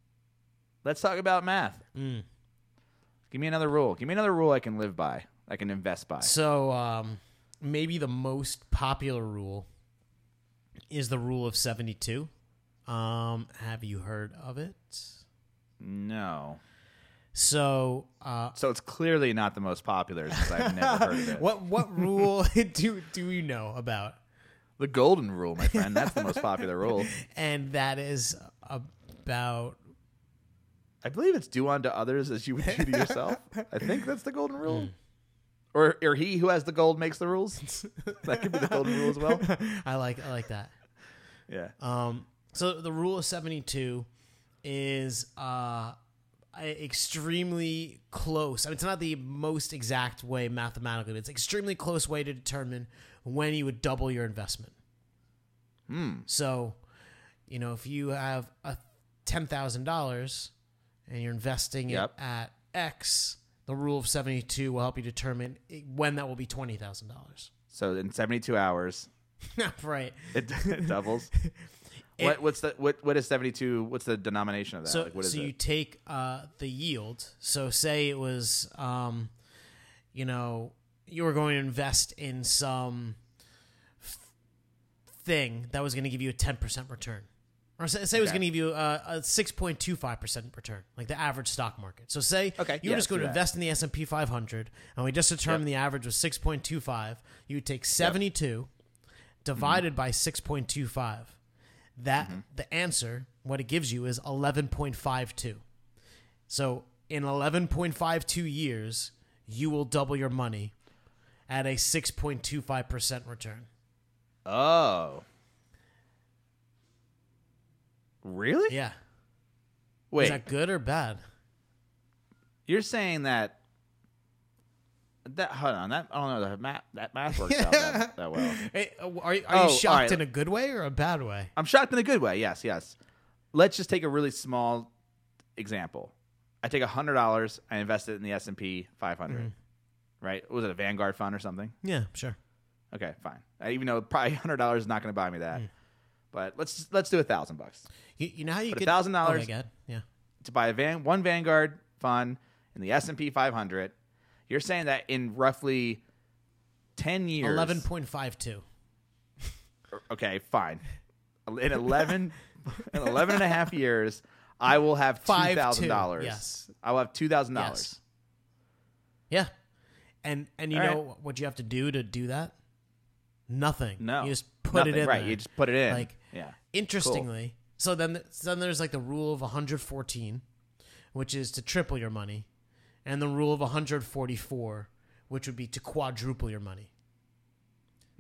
Speaker 1: <laughs> let's talk about math. Give me another rule. Give me another rule I can live by. I can invest by.
Speaker 2: So um, maybe the most popular rule is the rule of 72. Um, have you heard of it?
Speaker 1: No.
Speaker 2: So uh,
Speaker 1: So it's clearly not the most popular since I've
Speaker 2: <laughs>
Speaker 1: never heard of it.
Speaker 2: what what rule <laughs> do do you know about?
Speaker 1: The golden rule, my friend. That's the most popular rule.
Speaker 2: And that is about
Speaker 1: I believe it's do unto others as you would do to yourself. I think that's the golden rule.
Speaker 2: Hmm.
Speaker 1: Or, or he who has the gold makes the
Speaker 2: <laughs>
Speaker 1: rules. That could be the golden rule as well.
Speaker 2: I like I like that.
Speaker 1: Yeah.
Speaker 2: Um, so the rule of 72 is uh, I- extremely close. I mean, it's not the most exact way mathematically, but it's extremely close way to determine when you would double your investment. So, you know, if you have a $10,000 and you're investing
Speaker 1: Yep.
Speaker 2: it at X, the rule of 72 will help you determine i- when that will be $20,000.
Speaker 1: So in 72 hours,
Speaker 2: <laughs> right.
Speaker 1: it, it
Speaker 2: <laughs>
Speaker 1: doubles. what, what's the what, what is 72? What's the denomination of that?
Speaker 2: So,
Speaker 1: like what is
Speaker 2: so you
Speaker 1: it?
Speaker 2: take uh, the yield. So say it was, um, you know, you were going to invest in some f- thing that was going to give you a 10% return. Or say, say it was
Speaker 1: Okay.
Speaker 2: going to give you a, a 6.25% return, like the average stock market. So say
Speaker 1: Okay,
Speaker 2: you were
Speaker 1: yeah,
Speaker 2: just going to
Speaker 1: let's do that.
Speaker 2: invest in the S&P 500, and we just determined the average was 6.25. You would take 72 divided
Speaker 1: Mm-hmm.
Speaker 2: by 6.25. That the answer, what it gives you is 11.52. So in 11.52 years, you will double your money at a 6.25% return.
Speaker 1: Oh. Really?
Speaker 2: Yeah.
Speaker 1: Wait,
Speaker 2: Is that good or bad?
Speaker 1: you're saying that that hold on, that I don't know that math that math works out that, that well.
Speaker 2: Hey, uh, are are you
Speaker 1: Oh, all
Speaker 2: shocked
Speaker 1: right.
Speaker 2: in a good way or a bad way?
Speaker 1: I'm shocked in a good way. Yes, yes. Let's just take a really small example. I take hundred dollars. I invest it in the S and P 500. Right? Was it a Vanguard fund or something?
Speaker 2: Yeah, sure.
Speaker 1: Okay, fine. I even though probably hundred dollars is not going to buy me that, but let's let's do a thousand bucks
Speaker 2: You, you know how you
Speaker 1: But
Speaker 2: could
Speaker 1: $1,000
Speaker 2: Oh my god. Yeah.
Speaker 1: to buy a van one Vanguard fund in the S and P 500. You're saying that in roughly ten years,
Speaker 2: 11.52.
Speaker 1: Okay, fine. In 11, <laughs> in 11 and a half years, I will have
Speaker 2: Five,
Speaker 1: $2,000.
Speaker 2: two, yes.
Speaker 1: I will have $2,000.
Speaker 2: Yes. Yeah. And and you
Speaker 1: All right.
Speaker 2: know what you have to do to do that? Nothing.
Speaker 1: No.
Speaker 2: You just put
Speaker 1: Nothing,
Speaker 2: it in
Speaker 1: Right.
Speaker 2: there.
Speaker 1: You just put it in.
Speaker 2: Like-
Speaker 1: yeah.
Speaker 2: Interestingly, so then so then there's like the rule of 114, which is to triple your money, and the rule of 144, which would be to quadruple your money.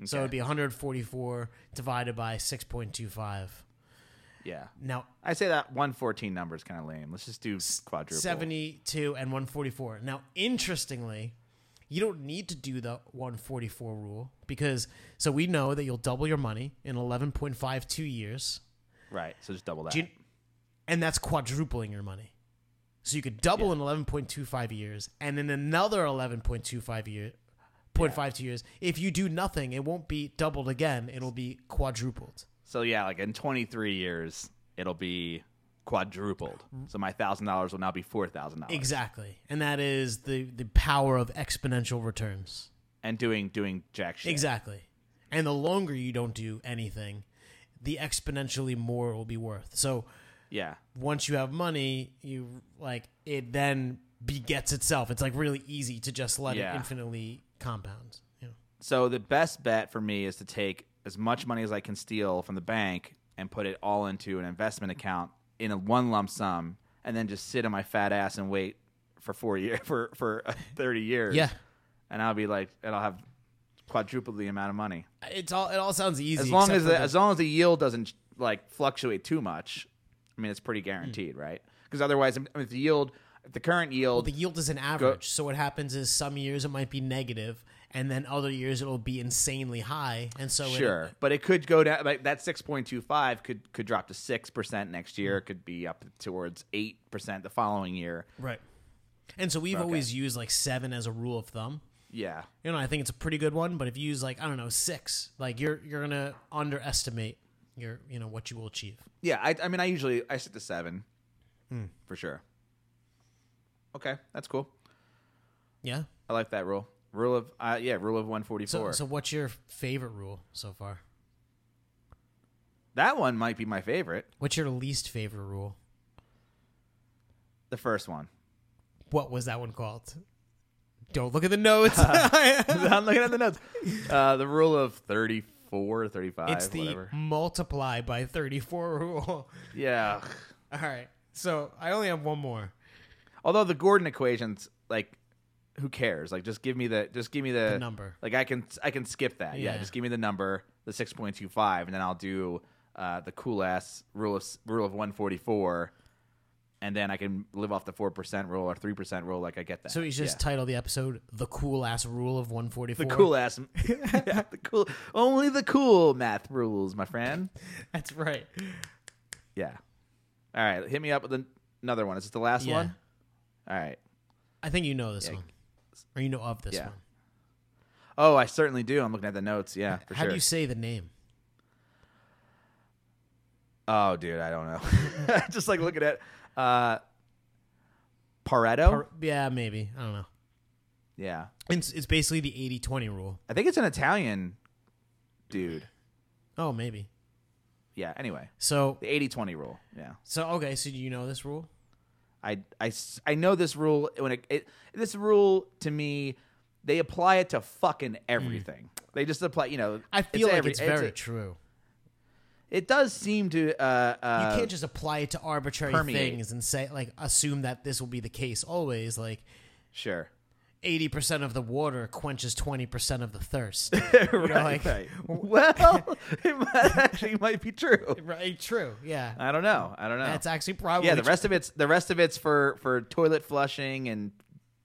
Speaker 2: So it'd
Speaker 1: Okay.
Speaker 2: be 144 divided by 6.25.
Speaker 1: Yeah.
Speaker 2: Now
Speaker 1: I say that 114 number is kind of lame. Let's just do quadruple.
Speaker 2: 72 and 144. Now, interestingly, you don't need to do the 144 rule because so we know that you'll double your money in 11.52 years,
Speaker 1: Right. So just double that.
Speaker 2: Do you- and that's quadrupling your money. So you could double in 11.25 years and in another 11.25 year 0.52 years. If you do nothing, it won't be doubled again, it'll be quadrupled.
Speaker 1: so yeah, like in 23 years, it'll be quadrupled.
Speaker 2: Mm-hmm.
Speaker 1: So my $1,000 will now be $4,000.
Speaker 2: Exactly. And that is the the power of exponential returns.
Speaker 1: And doing doing jack shit.
Speaker 2: Exactly. And the longer you don't do anything, the exponentially more it will be worth. So
Speaker 1: Yeah.
Speaker 2: once you have money, you like it then begets itself. It's like really easy to just let
Speaker 1: Yeah.
Speaker 2: it infinitely compound. You know?
Speaker 1: So the best bet for me is to take as much money as I can steal from the bank and put it all into an investment account in a one lump sum, and then just sit on my fat ass and wait for four year <laughs> for for uh, thirty years.
Speaker 2: Yeah.
Speaker 1: and I'll be like, and I'll have quadruple the amount of money
Speaker 2: It's all it all sounds easy.
Speaker 1: as long
Speaker 2: except
Speaker 1: as
Speaker 2: for
Speaker 1: the, as long as the yield doesn't like fluctuate too much. I mean, it's pretty guaranteed, right? Because otherwise, I mean, if the yield, if the current yield,
Speaker 2: the yield is an average. so what happens is some years it might be negative, and then other years it'll be insanely high. And so it-
Speaker 1: Sure, but it could go down. Like that six point two five could could drop to six percent next year. It could be up towards eight percent the following year.
Speaker 2: right. And so we've always used like seven as a rule of thumb.
Speaker 1: Yeah,
Speaker 2: you know, I think it's a pretty good one. But if you use like I don't know six, like you're you're gonna underestimate your you know what you will achieve.
Speaker 1: yeah. I, I mean, I usually I sit to seven
Speaker 2: Hmm.
Speaker 1: for sure. Okay, that's cool.
Speaker 2: Yeah.
Speaker 1: I like that rule. Rule of uh, yeah, rule of one forty
Speaker 2: So
Speaker 1: four.
Speaker 2: so what's your favorite rule so far?
Speaker 1: that one might be my favorite.
Speaker 2: What's your least favorite rule?
Speaker 1: The first one. <laughs>
Speaker 2: What was that one called? Don't look at
Speaker 1: <laughs>
Speaker 2: the notes. <laughs>
Speaker 1: I'm looking at the notes. Uh, the rule of 34, 35,
Speaker 2: it's the <laughs>
Speaker 1: whatever.
Speaker 2: multiply by thirty four rule. <laughs>
Speaker 1: Yeah.
Speaker 2: All right. So I only have one more.
Speaker 1: Although the Gordon equations, like, who cares? Like, just give me the, just give me the,
Speaker 2: The number.
Speaker 1: Like, I can, I can skip that. Yeah,
Speaker 2: Yeah.
Speaker 1: just give me the number, the six point two five, and then I'll do uh, the cool ass rule of rule of one forty four, and then I can live off the four percent rule or three percent rule. Like, I get that.
Speaker 2: So you just
Speaker 1: Yeah.
Speaker 2: title the episode "The Cool Ass Rule of 144."
Speaker 1: the cool ass, <laughs> yeah, the cool, only the cool math rules, my friend.
Speaker 2: <laughs> That's right.
Speaker 1: Yeah. All right, hit me up with an- another one. Is this the last
Speaker 2: Yeah.
Speaker 1: one? All right.
Speaker 2: I think you know this one, or you know of this
Speaker 1: Yeah.
Speaker 2: one.
Speaker 1: Oh, I certainly do. I'm looking at the notes. Yeah, for
Speaker 2: How
Speaker 1: sure.
Speaker 2: do you say the name?
Speaker 1: Oh, dude, I don't
Speaker 2: <laughs>
Speaker 1: know. <laughs> Just like looking at uh, Pareto.
Speaker 2: Or- yeah, maybe. I don't know.
Speaker 1: Yeah.
Speaker 2: It's, it's basically the 80 20 rule.
Speaker 1: I think it's an Italian dude.
Speaker 2: Oh, maybe.
Speaker 1: Yeah. Anyway,
Speaker 2: So,
Speaker 1: the 80 20 rule. Yeah.
Speaker 2: so okay, so do you know this rule?
Speaker 1: I, I s- I know this rule when it, it this rule to me they apply it to fucking everything. They just apply, you know.
Speaker 2: Hmm. I feel like
Speaker 1: every-
Speaker 2: it's very
Speaker 1: a-
Speaker 2: true.
Speaker 1: it does seem to. Uh, uh,
Speaker 2: you can't just apply it to arbitrary
Speaker 1: permeate.
Speaker 2: things and say like assume that this will be the case always like
Speaker 1: sure.
Speaker 2: 80% of the water quenches 20% of
Speaker 1: <laughs>
Speaker 2: the thirst
Speaker 1: right,
Speaker 2: <laughs> like-
Speaker 1: right. <laughs> Well, it might, actually might be true.
Speaker 2: <laughs> right true yeah
Speaker 1: I don't know. I don't know.
Speaker 2: that's actually probably
Speaker 1: Uh, yeah, the rest of it's the rest of it's for for toilet flushing and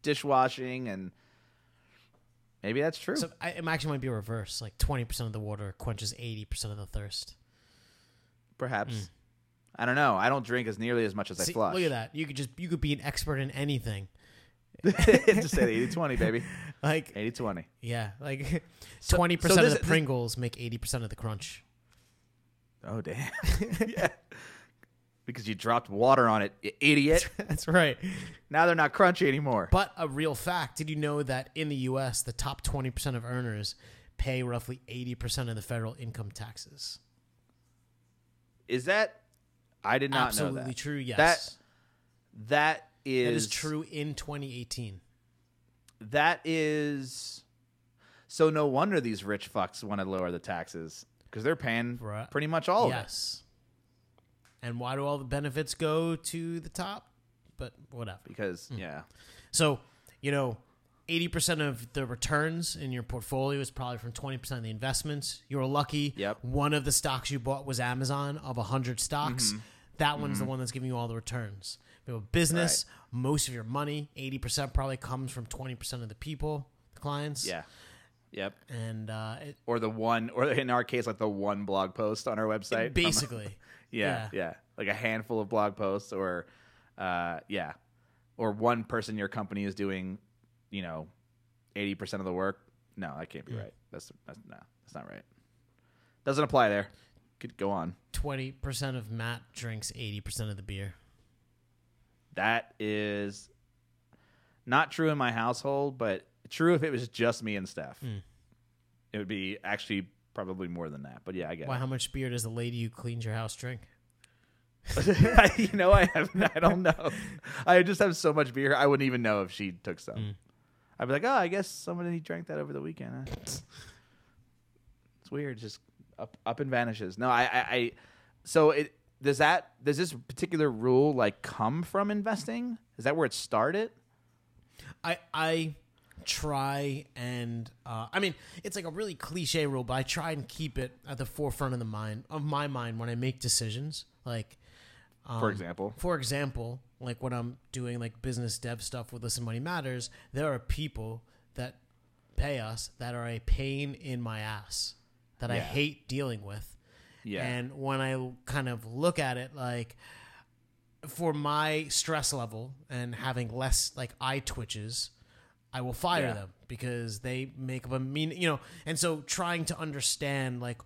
Speaker 1: dishwashing and maybe that's true.
Speaker 2: so I, it actually might be reverse like 20% of the water quenches 80% of the thirst
Speaker 1: Perhaps. I don't know. I don't drink as nearly as much as
Speaker 2: Mm. See,
Speaker 1: I flush.
Speaker 2: look
Speaker 1: <laughs>
Speaker 2: at that you could just you could be an expert in anything <laughs>
Speaker 1: just say 80 20, baby.
Speaker 2: like
Speaker 1: 80 20.
Speaker 2: yeah like
Speaker 1: <laughs>
Speaker 2: 20%
Speaker 1: so
Speaker 2: of
Speaker 1: this-
Speaker 2: the
Speaker 1: this-
Speaker 2: pringles make 80% of
Speaker 1: <laughs>
Speaker 2: the crunch
Speaker 1: Oh, damn. <laughs> yeah. Because you dropped water on it, you
Speaker 2: <laughs>
Speaker 1: idiot.
Speaker 2: that's right
Speaker 1: Now they're not crunchy anymore.
Speaker 2: But a real fact, did you know that in the US, the top 20% of earners pay roughly 80% of the federal income taxes?
Speaker 1: Is that. I did not
Speaker 2: Absolutely
Speaker 1: know that.
Speaker 2: true, yes.
Speaker 1: That That is.
Speaker 2: that is true in 2018.
Speaker 1: That is. So no wonder these rich fucks want to lower the taxes because they're paying
Speaker 2: Bruh.
Speaker 1: pretty much all of it.
Speaker 2: yes. And why do all the benefits go to the top? But whatever.
Speaker 1: Because,
Speaker 2: Mm.
Speaker 1: yeah.
Speaker 2: So, you know, 80% of the returns in your portfolio is probably from 20% of the investments. You were lucky.
Speaker 1: Yep.
Speaker 2: One of the stocks you bought was Amazon of 100 stocks.
Speaker 1: Mm-hmm.
Speaker 2: That one's the one that's giving you all the returns. You have a business, most of your money, 80% probably comes from 20% of the people, the clients.
Speaker 1: Yeah. Yep.
Speaker 2: And uh, it,
Speaker 1: Or the one, or in our case, like the one blog post on our website.
Speaker 2: basically,
Speaker 1: Yeah,
Speaker 2: Yeah.
Speaker 1: <laughs> yeah. Like a handful of blog posts or uh yeah. Or one person in your company is doing, you know, 80% of the work. No, that can't be right. That's that's no. That's not right. Doesn't apply there. Could go on.
Speaker 2: 20% of Matt drinks 80% of the beer.
Speaker 1: That is not true in my household, but true if it was just me and Steph.
Speaker 2: Hmm.
Speaker 1: It would be actually probably more than that. But yeah, I get
Speaker 2: Why, how much beer does the lady who cleans your house drink?
Speaker 1: it. you know, <laughs> I have I don't know. I just have so much beer. I wouldn't even know if she took some. I'd be like, oh, I guess somebody drank that over the weekend. huh?" It's weird. Just up, up and vanishes. No, I, I, I so it does that. Does this particular rule like come from investing? Is that where it started?
Speaker 2: I I try and uh, I mean it's like a really cliche rule, but I try and keep it at the forefront of the mind of my mind when I make decisions. Like
Speaker 1: for example,
Speaker 2: for example, like when I'm doing like business dev stuff with Listen Money Matters, there are people that pay us that are a pain in my ass that I
Speaker 1: Yeah.
Speaker 2: hate dealing with.
Speaker 1: yeah,
Speaker 2: And when I kind of look at it, like for my stress level and having less like eye twitches, I will fire
Speaker 1: Yeah.
Speaker 2: them because they make up a mean, you know. And so trying to understand like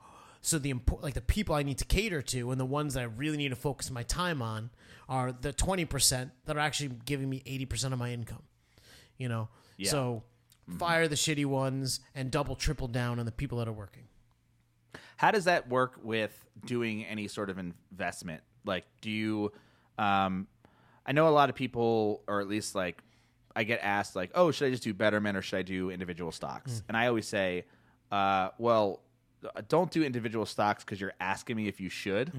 Speaker 2: so the import like the people I need to cater to and the ones that I really need to focus my time on are the twenty percent that are actually giving me eighty percent of my income. You know,
Speaker 1: Yeah. Mm-hmm.
Speaker 2: so fire the shitty ones and double triple down on the people that are working.
Speaker 1: How does that work with doing any sort of investment? Like, do you? Um, I know a lot of people, or at least like, I get asked like, "Oh, should I just do Betterment or should I do individual stocks?"
Speaker 2: Mm.
Speaker 1: And I always say, uh, "Well, uh, don't do individual stocks because you're asking me if you should,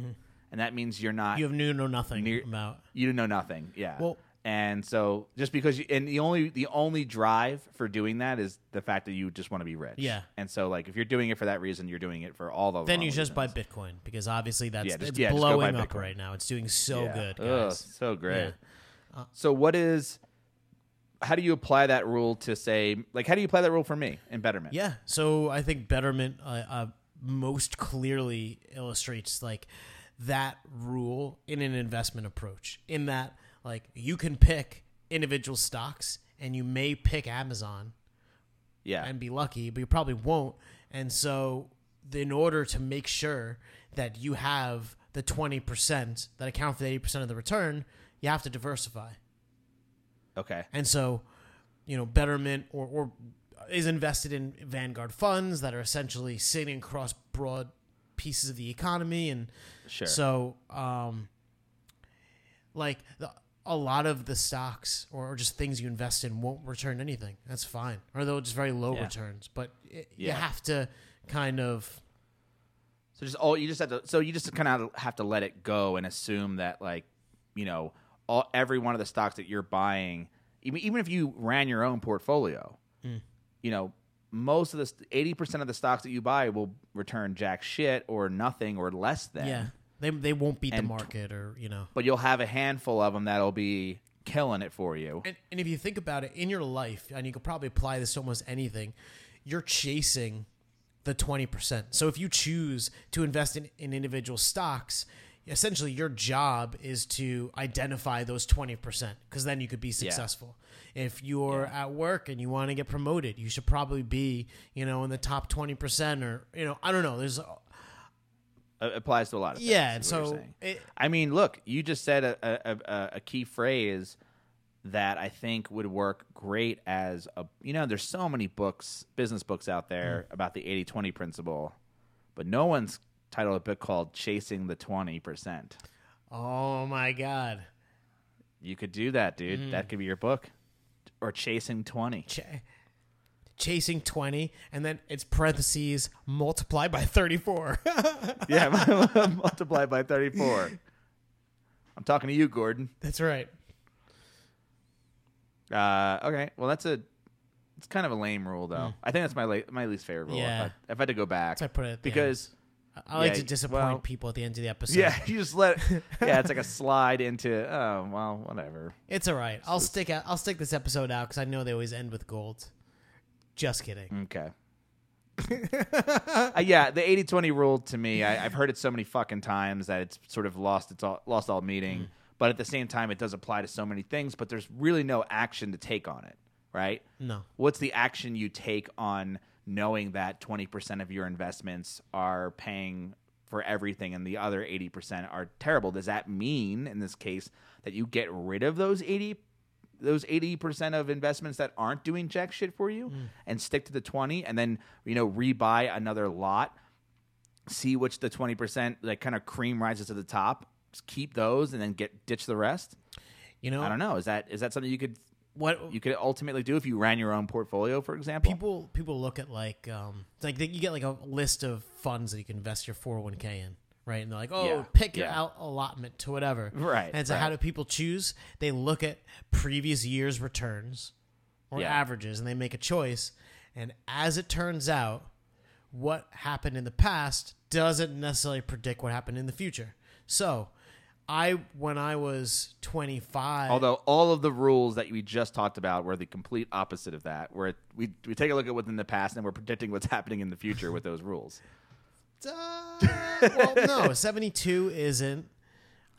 Speaker 1: and that means you're not
Speaker 2: Mm-hmm. You have new know nothing
Speaker 1: Near-
Speaker 2: about.
Speaker 1: you know nothing yeah
Speaker 2: Well-
Speaker 1: and so just because you, and the only the only drive for doing that is the fact that you just want to be rich
Speaker 2: Yeah.
Speaker 1: and so like if you're doing it for that reason you're doing it for all the
Speaker 2: Then
Speaker 1: wrong
Speaker 2: you just
Speaker 1: reasons.
Speaker 2: buy Bitcoin because obviously that's
Speaker 1: Yeah, just-
Speaker 2: it's
Speaker 1: yeah, just go buy
Speaker 2: blowing up
Speaker 1: Bitcoin.
Speaker 2: right now. It's doing so
Speaker 1: Yeah.
Speaker 2: Oh, good,
Speaker 1: Ugh,
Speaker 2: guys.
Speaker 1: so great
Speaker 2: Yeah. Uh,
Speaker 1: so what is how do you apply that rule to say like how do you apply that rule for me in betterment
Speaker 2: Yeah. So I think Betterment uh, uh, most clearly illustrates like that rule in an investment approach. In that, like you can pick individual stocks, and you may pick Amazon,
Speaker 1: yeah
Speaker 2: and be lucky, but you probably won't. And so, in order to make sure that you have the 20% that account for the 80% of the return, you have to diversify.
Speaker 1: okay
Speaker 2: And so, you know, Betterment or, or is invested in Vanguard funds that are essentially sitting across broad pieces of the economy. And
Speaker 1: Sure.
Speaker 2: so, um, like, the, a lot of the stocks or, or just things you invest in won't return anything. That's fine. Or they'll just very low
Speaker 1: Yeah.
Speaker 2: returns. But it, you
Speaker 1: Yeah.
Speaker 2: have to kind of.
Speaker 1: So just all you just have to. So you just kind of have to let it go and assume that like you know all every one of the stocks that you're buying, even even if you ran your own portfolio,
Speaker 2: Hmm.
Speaker 1: you know most of the eighty percent of the stocks that you buy will return jack shit or nothing or less than.
Speaker 2: Yeah. They, they won't beat the
Speaker 1: And tw-
Speaker 2: market or, you know.
Speaker 1: But you'll have a handful of them that'll be killing it for you.
Speaker 2: And, and if you think about it in your life, and you could probably apply this to almost anything, you're chasing the 20%. So if you choose to invest in, in individual stocks, essentially your job is to identify those 20% because then you could be successful. If you're at work and you want to get promoted, you should probably be, you know, in the top 20% or, you know, I don't know. There's,
Speaker 1: It applies to a lot of things,
Speaker 2: yeah.
Speaker 1: is what you're
Speaker 2: So
Speaker 1: saying.
Speaker 2: it,
Speaker 1: I mean, look, you just said a, a, a, a key phrase that I think would work great as a you know, there's so many books, business books out there
Speaker 2: Mm.
Speaker 1: about the 80-20 principle, but no one's titled a book called Chasing the 20%.
Speaker 2: oh my God.
Speaker 1: You could do that, dude.
Speaker 2: Mm.
Speaker 1: That could be your book. Or Chasing
Speaker 2: <laughs>
Speaker 1: 20.
Speaker 2: ch- chasing 20 and then it's parentheses multiplied by 34
Speaker 1: yeah, <laughs> multiplied by 34. I'm talking to you, Gordon.
Speaker 2: <laughs> that's right
Speaker 1: Uh, okay. Well, that's a. It's kind of a lame rule, though. I think that's my la- my least favorite rule.
Speaker 2: Hmm. Yeah.
Speaker 1: If, I, if I had to go back,
Speaker 2: So I put it at the end.
Speaker 1: because
Speaker 2: I- i like
Speaker 1: Yeah,
Speaker 2: to disappoint
Speaker 1: well-
Speaker 2: people at the end of the episode
Speaker 1: yeah, you just
Speaker 2: <laughs>
Speaker 1: let. Yeah, it's like a slide into. Oh well, whatever.
Speaker 2: it's all right i'll stick out i'll stick this episode out because i know they always end with gold just kidding
Speaker 1: Okay. Uh, yeah, the 80-20 rule to me, I, I've heard it so many fucking times that it's sort of lost its all, lost all meaning.
Speaker 2: Hmm.
Speaker 1: But at the same time, it does apply to so many things. But there's really no action to take on it, right?
Speaker 2: no
Speaker 1: what's the action you take on knowing that 20% of your investments are paying for everything and the other 80% are terrible does that mean in this case that you get rid of those 80 those 80% of investments that aren't doing jack shit for you and stick to the 20 and then you know rebuy another lot see which the 20% like kind of cream rises to the top Just keep those and then get ditch the rest
Speaker 2: you know
Speaker 1: i don't know is that is that something you could
Speaker 2: what
Speaker 1: you could ultimately do if you ran your own portfolio, for example.
Speaker 2: people people look at like um it's like they, you get like a list of funds that you can invest your 401k in right and they're like oh
Speaker 1: Yeah,
Speaker 2: pick your
Speaker 1: yeah.
Speaker 2: out allotment to whatever
Speaker 1: Right,
Speaker 2: and so how
Speaker 1: right.
Speaker 2: do people choose they look at previous year's returns or
Speaker 1: Yeah.
Speaker 2: averages and they make a choice and as it turns out what happened in the past doesn't necessarily predict what happened in the future so i when i was 25
Speaker 1: Although all of the rules that we just talked about were the complete opposite of that, where it, we we take a look at what's in the past and we're predicting what's <laughs> happening in the future with those
Speaker 2: <laughs>
Speaker 1: rules.
Speaker 2: Uh, well,
Speaker 1: <laughs>
Speaker 2: no, seventy-two isn't.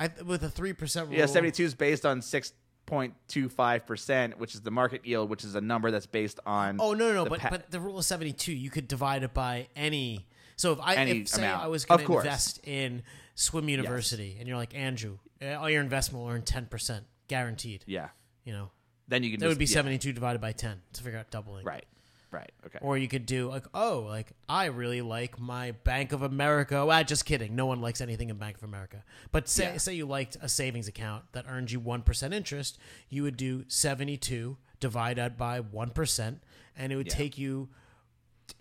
Speaker 2: I with a three percent rule.
Speaker 1: Yeah, seventy two is based on six point two five percent, which is the market yield, which is a number that's based on.
Speaker 2: Oh no, no, no
Speaker 1: the
Speaker 2: but
Speaker 1: pa-
Speaker 2: but the rule of seventy-two, you could divide it by any. So if I
Speaker 1: Any
Speaker 2: if, say
Speaker 1: amount.
Speaker 2: I was
Speaker 1: Of
Speaker 2: going to
Speaker 1: course.
Speaker 2: invest in Swim University, and you're like Andrew, eh, all your investment will earn ten percent guaranteed.
Speaker 1: yeah,
Speaker 2: You know
Speaker 1: then you can.
Speaker 2: that
Speaker 1: just,
Speaker 2: would be
Speaker 1: yeah,
Speaker 2: seventy-two divided by ten to figure out doubling.
Speaker 1: Right, right, okay.
Speaker 2: Or you could do like, oh, like I really like my Bank of America. Well, just kidding. No one likes anything in Bank of America. But say
Speaker 1: Yeah.
Speaker 2: say you liked a savings account that earned you one percent interest, you would do seventy two divided by one percent, and it would
Speaker 1: Yeah.
Speaker 2: take you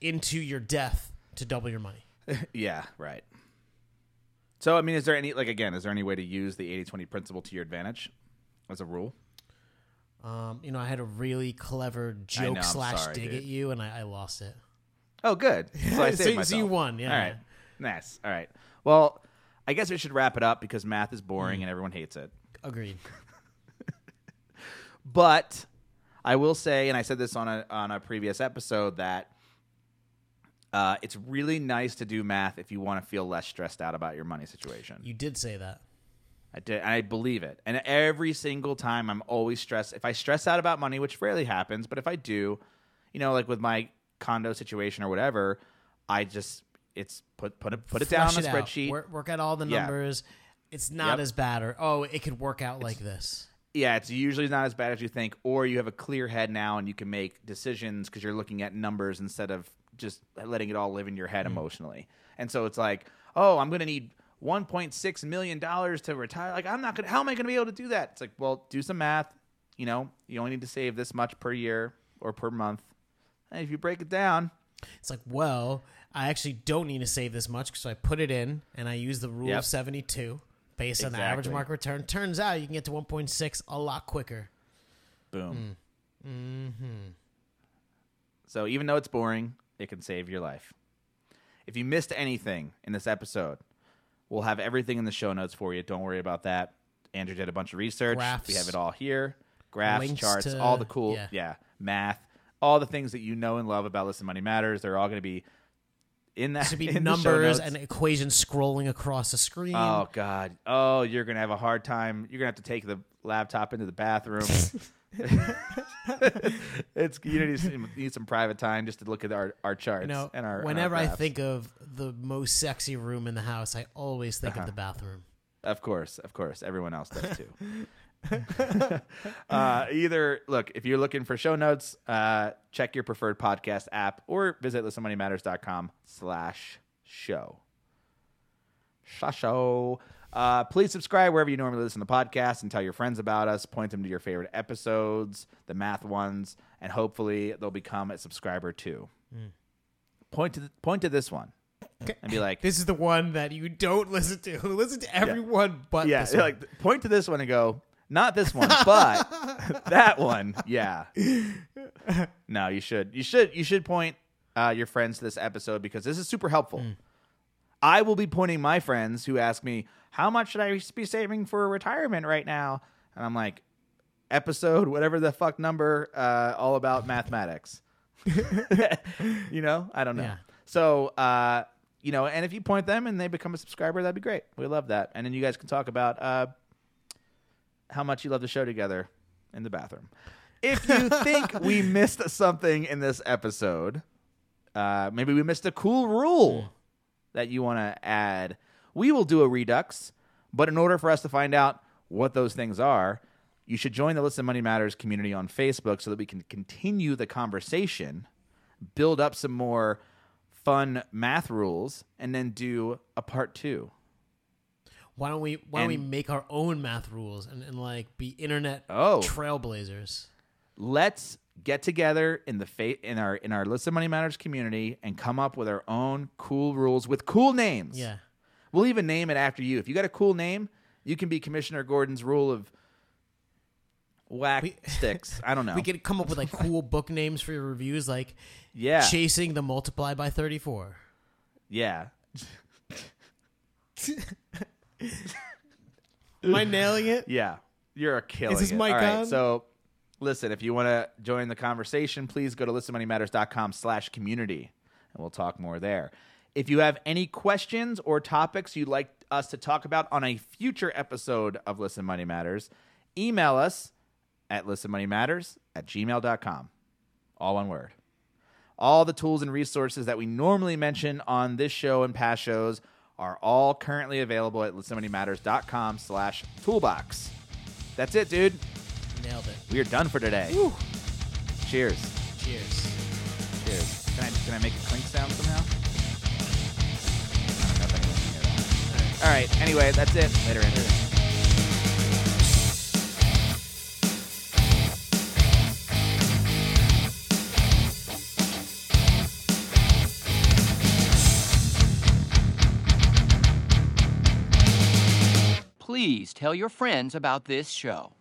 Speaker 2: into your death to double your money.
Speaker 1: <laughs> yeah, right. So I mean, is there any like again? Is there any way to use the 80-20 principle to your advantage as a rule?
Speaker 2: Um, you know, I had a really clever joke
Speaker 1: know, I'm
Speaker 2: slash
Speaker 1: sorry,
Speaker 2: dig
Speaker 1: dude.
Speaker 2: at you, and I, I lost it.
Speaker 1: Oh, good. So I
Speaker 2: <laughs> So-
Speaker 1: saved
Speaker 2: so you
Speaker 1: myself.
Speaker 2: won, yeah.
Speaker 1: All right. Nice. All right. Well, I guess we should wrap it up because math is boring
Speaker 2: Mm.
Speaker 1: and everyone hates it.
Speaker 2: Agreed.
Speaker 1: But I will say, and I said this on a on a previous episode that uh, it's really nice to do math if you want to feel less stressed out about your money situation.
Speaker 2: You did say that.
Speaker 1: I did. I believe it. And every single time, I'm always stressed. If I stress out about money, which rarely happens, but if I do, you know, like with my condo situation or whatever, I just it's put put it put it down on
Speaker 2: Flush
Speaker 1: a
Speaker 2: it out.
Speaker 1: spreadsheet.
Speaker 2: Work, work out all the
Speaker 1: Yeah.
Speaker 2: numbers. It's not
Speaker 1: Yep.
Speaker 2: as bad, or oh, it could work out like this.
Speaker 1: yeah, it's usually not as bad as you think, or you have a clear head now and you can make decisions because you're looking at numbers instead of just letting it all live in your head emotionally. And so it's like, oh, I'm going to need 1.6 million dollars to retire. Like, I'm not going. to How am I going to be able to do that? It's like, well, do some math. You know, you only need to save this much per year or per month. And if you break it down,
Speaker 2: It's like, well, I actually don't need to save this much because I put it in and I use the rule
Speaker 1: Yep.
Speaker 2: of 72 based on the average
Speaker 1: Exactly.
Speaker 2: market return. Turns out you can get to 1.6 a lot quicker.
Speaker 1: boom. Mm-hmm. So even though it's boring, it can save your life. If you missed anything in this episode, we'll have everything in the show notes for you. Don't worry about that. Andrew did a bunch of research.
Speaker 2: Graphs.
Speaker 1: We have it all here. Graphs,
Speaker 2: Links
Speaker 1: charts,
Speaker 2: to-
Speaker 1: all the cool,
Speaker 2: yeah.
Speaker 1: yeah, math, all the things that you know and love about Listen Money Matters. They're all going to be in that
Speaker 2: To be
Speaker 1: <laughs> in the show
Speaker 2: numbers
Speaker 1: notes.
Speaker 2: and equations scrolling across the screen.
Speaker 1: Oh God! Oh, you're gonna have a hard time. You're gonna have to take the laptop into the
Speaker 2: <laughs>
Speaker 1: bathroom. <laughs> it's you need some, need some private time just to look at our our charts
Speaker 2: you know,
Speaker 1: and our. and our
Speaker 2: whenever I
Speaker 1: graphs.
Speaker 2: think of the most sexy room in the house, I always think
Speaker 1: Uh-huh.
Speaker 2: of the bathroom.
Speaker 1: of course, of course, everyone else does too. uh, either look if you're looking for show notes, uh, check your preferred podcast app or visit listenmoneymatters.com slash show. Shasho. Uh, please subscribe wherever you normally listen to podcasts and tell your friends about us. Point them to your favorite episodes, the math ones, and hopefully they'll become a subscriber too. Point to th- point to this one and be like,
Speaker 2: This is the one that you don't <laughs> listen to. Listen to everyone but
Speaker 1: yeah,
Speaker 2: this one.
Speaker 1: like point to this one and go, not this
Speaker 2: <laughs>
Speaker 1: one, but that one. Yeah. No, you should. You should. You should point uh, your friends to this episode because this is super helpful.
Speaker 2: Hmm.
Speaker 1: I will be pointing my friends who ask me how much should I be saving for retirement right now, and I'm like, episode whatever the fuck number, uh, all about mathematics. you know, I don't know.
Speaker 2: Yeah.
Speaker 1: So, uh, you know, and if you point them and they become a subscriber, that'd be great. We love that, and then you guys can talk about uh, how much you love the show together in the bathroom. If you think we missed something in this episode, uh, maybe we missed a cool rule that you want to add, we will do a redux. But in order for us to find out what those things are, you should join the Listen Money Matters community on Facebook so that we can continue the conversation, build up some more fun math rules, and then do a part two.
Speaker 2: Why don't we why don't we
Speaker 1: And-
Speaker 2: make our own math rules and, and like be internet
Speaker 1: Oh.
Speaker 2: trailblazers?
Speaker 1: let's get together in the fa- in our in our listen money matters community and come up with our own cool rules with cool names
Speaker 2: Yeah.
Speaker 1: we'll even name it after you if you got a cool name you can be commissioner gordon's rule of whack sticks i don't know
Speaker 2: <laughs> We could come up
Speaker 1: <laughs>
Speaker 2: with like cool book names for your reviews like
Speaker 1: yeah
Speaker 2: Chasing the Multiply by 34.
Speaker 1: yeah
Speaker 2: Am I nailing it?
Speaker 1: yeah you're a killer
Speaker 2: this mic on?
Speaker 1: so listen if you want to join the conversation please go to listenmoneymatters.com slash community and we'll talk more there if you have any questions or topics you'd like us to talk about on a future episode of listen money matters email us at listenmoneymatters at gmail.com all one word all the tools and resources that we normally mention on this show and past shows are all currently available at listenmoneymatters.com slash toolbox that's it dude
Speaker 2: Nailed it.
Speaker 1: we are done for today. Cheers.
Speaker 2: Cheers.
Speaker 1: Cheers. Can I, can I make a clink sound somehow? I don't know if anyone can hear that. All right. Anyway, that's it. Later, Andrew.
Speaker 3: Please tell your friends about this show.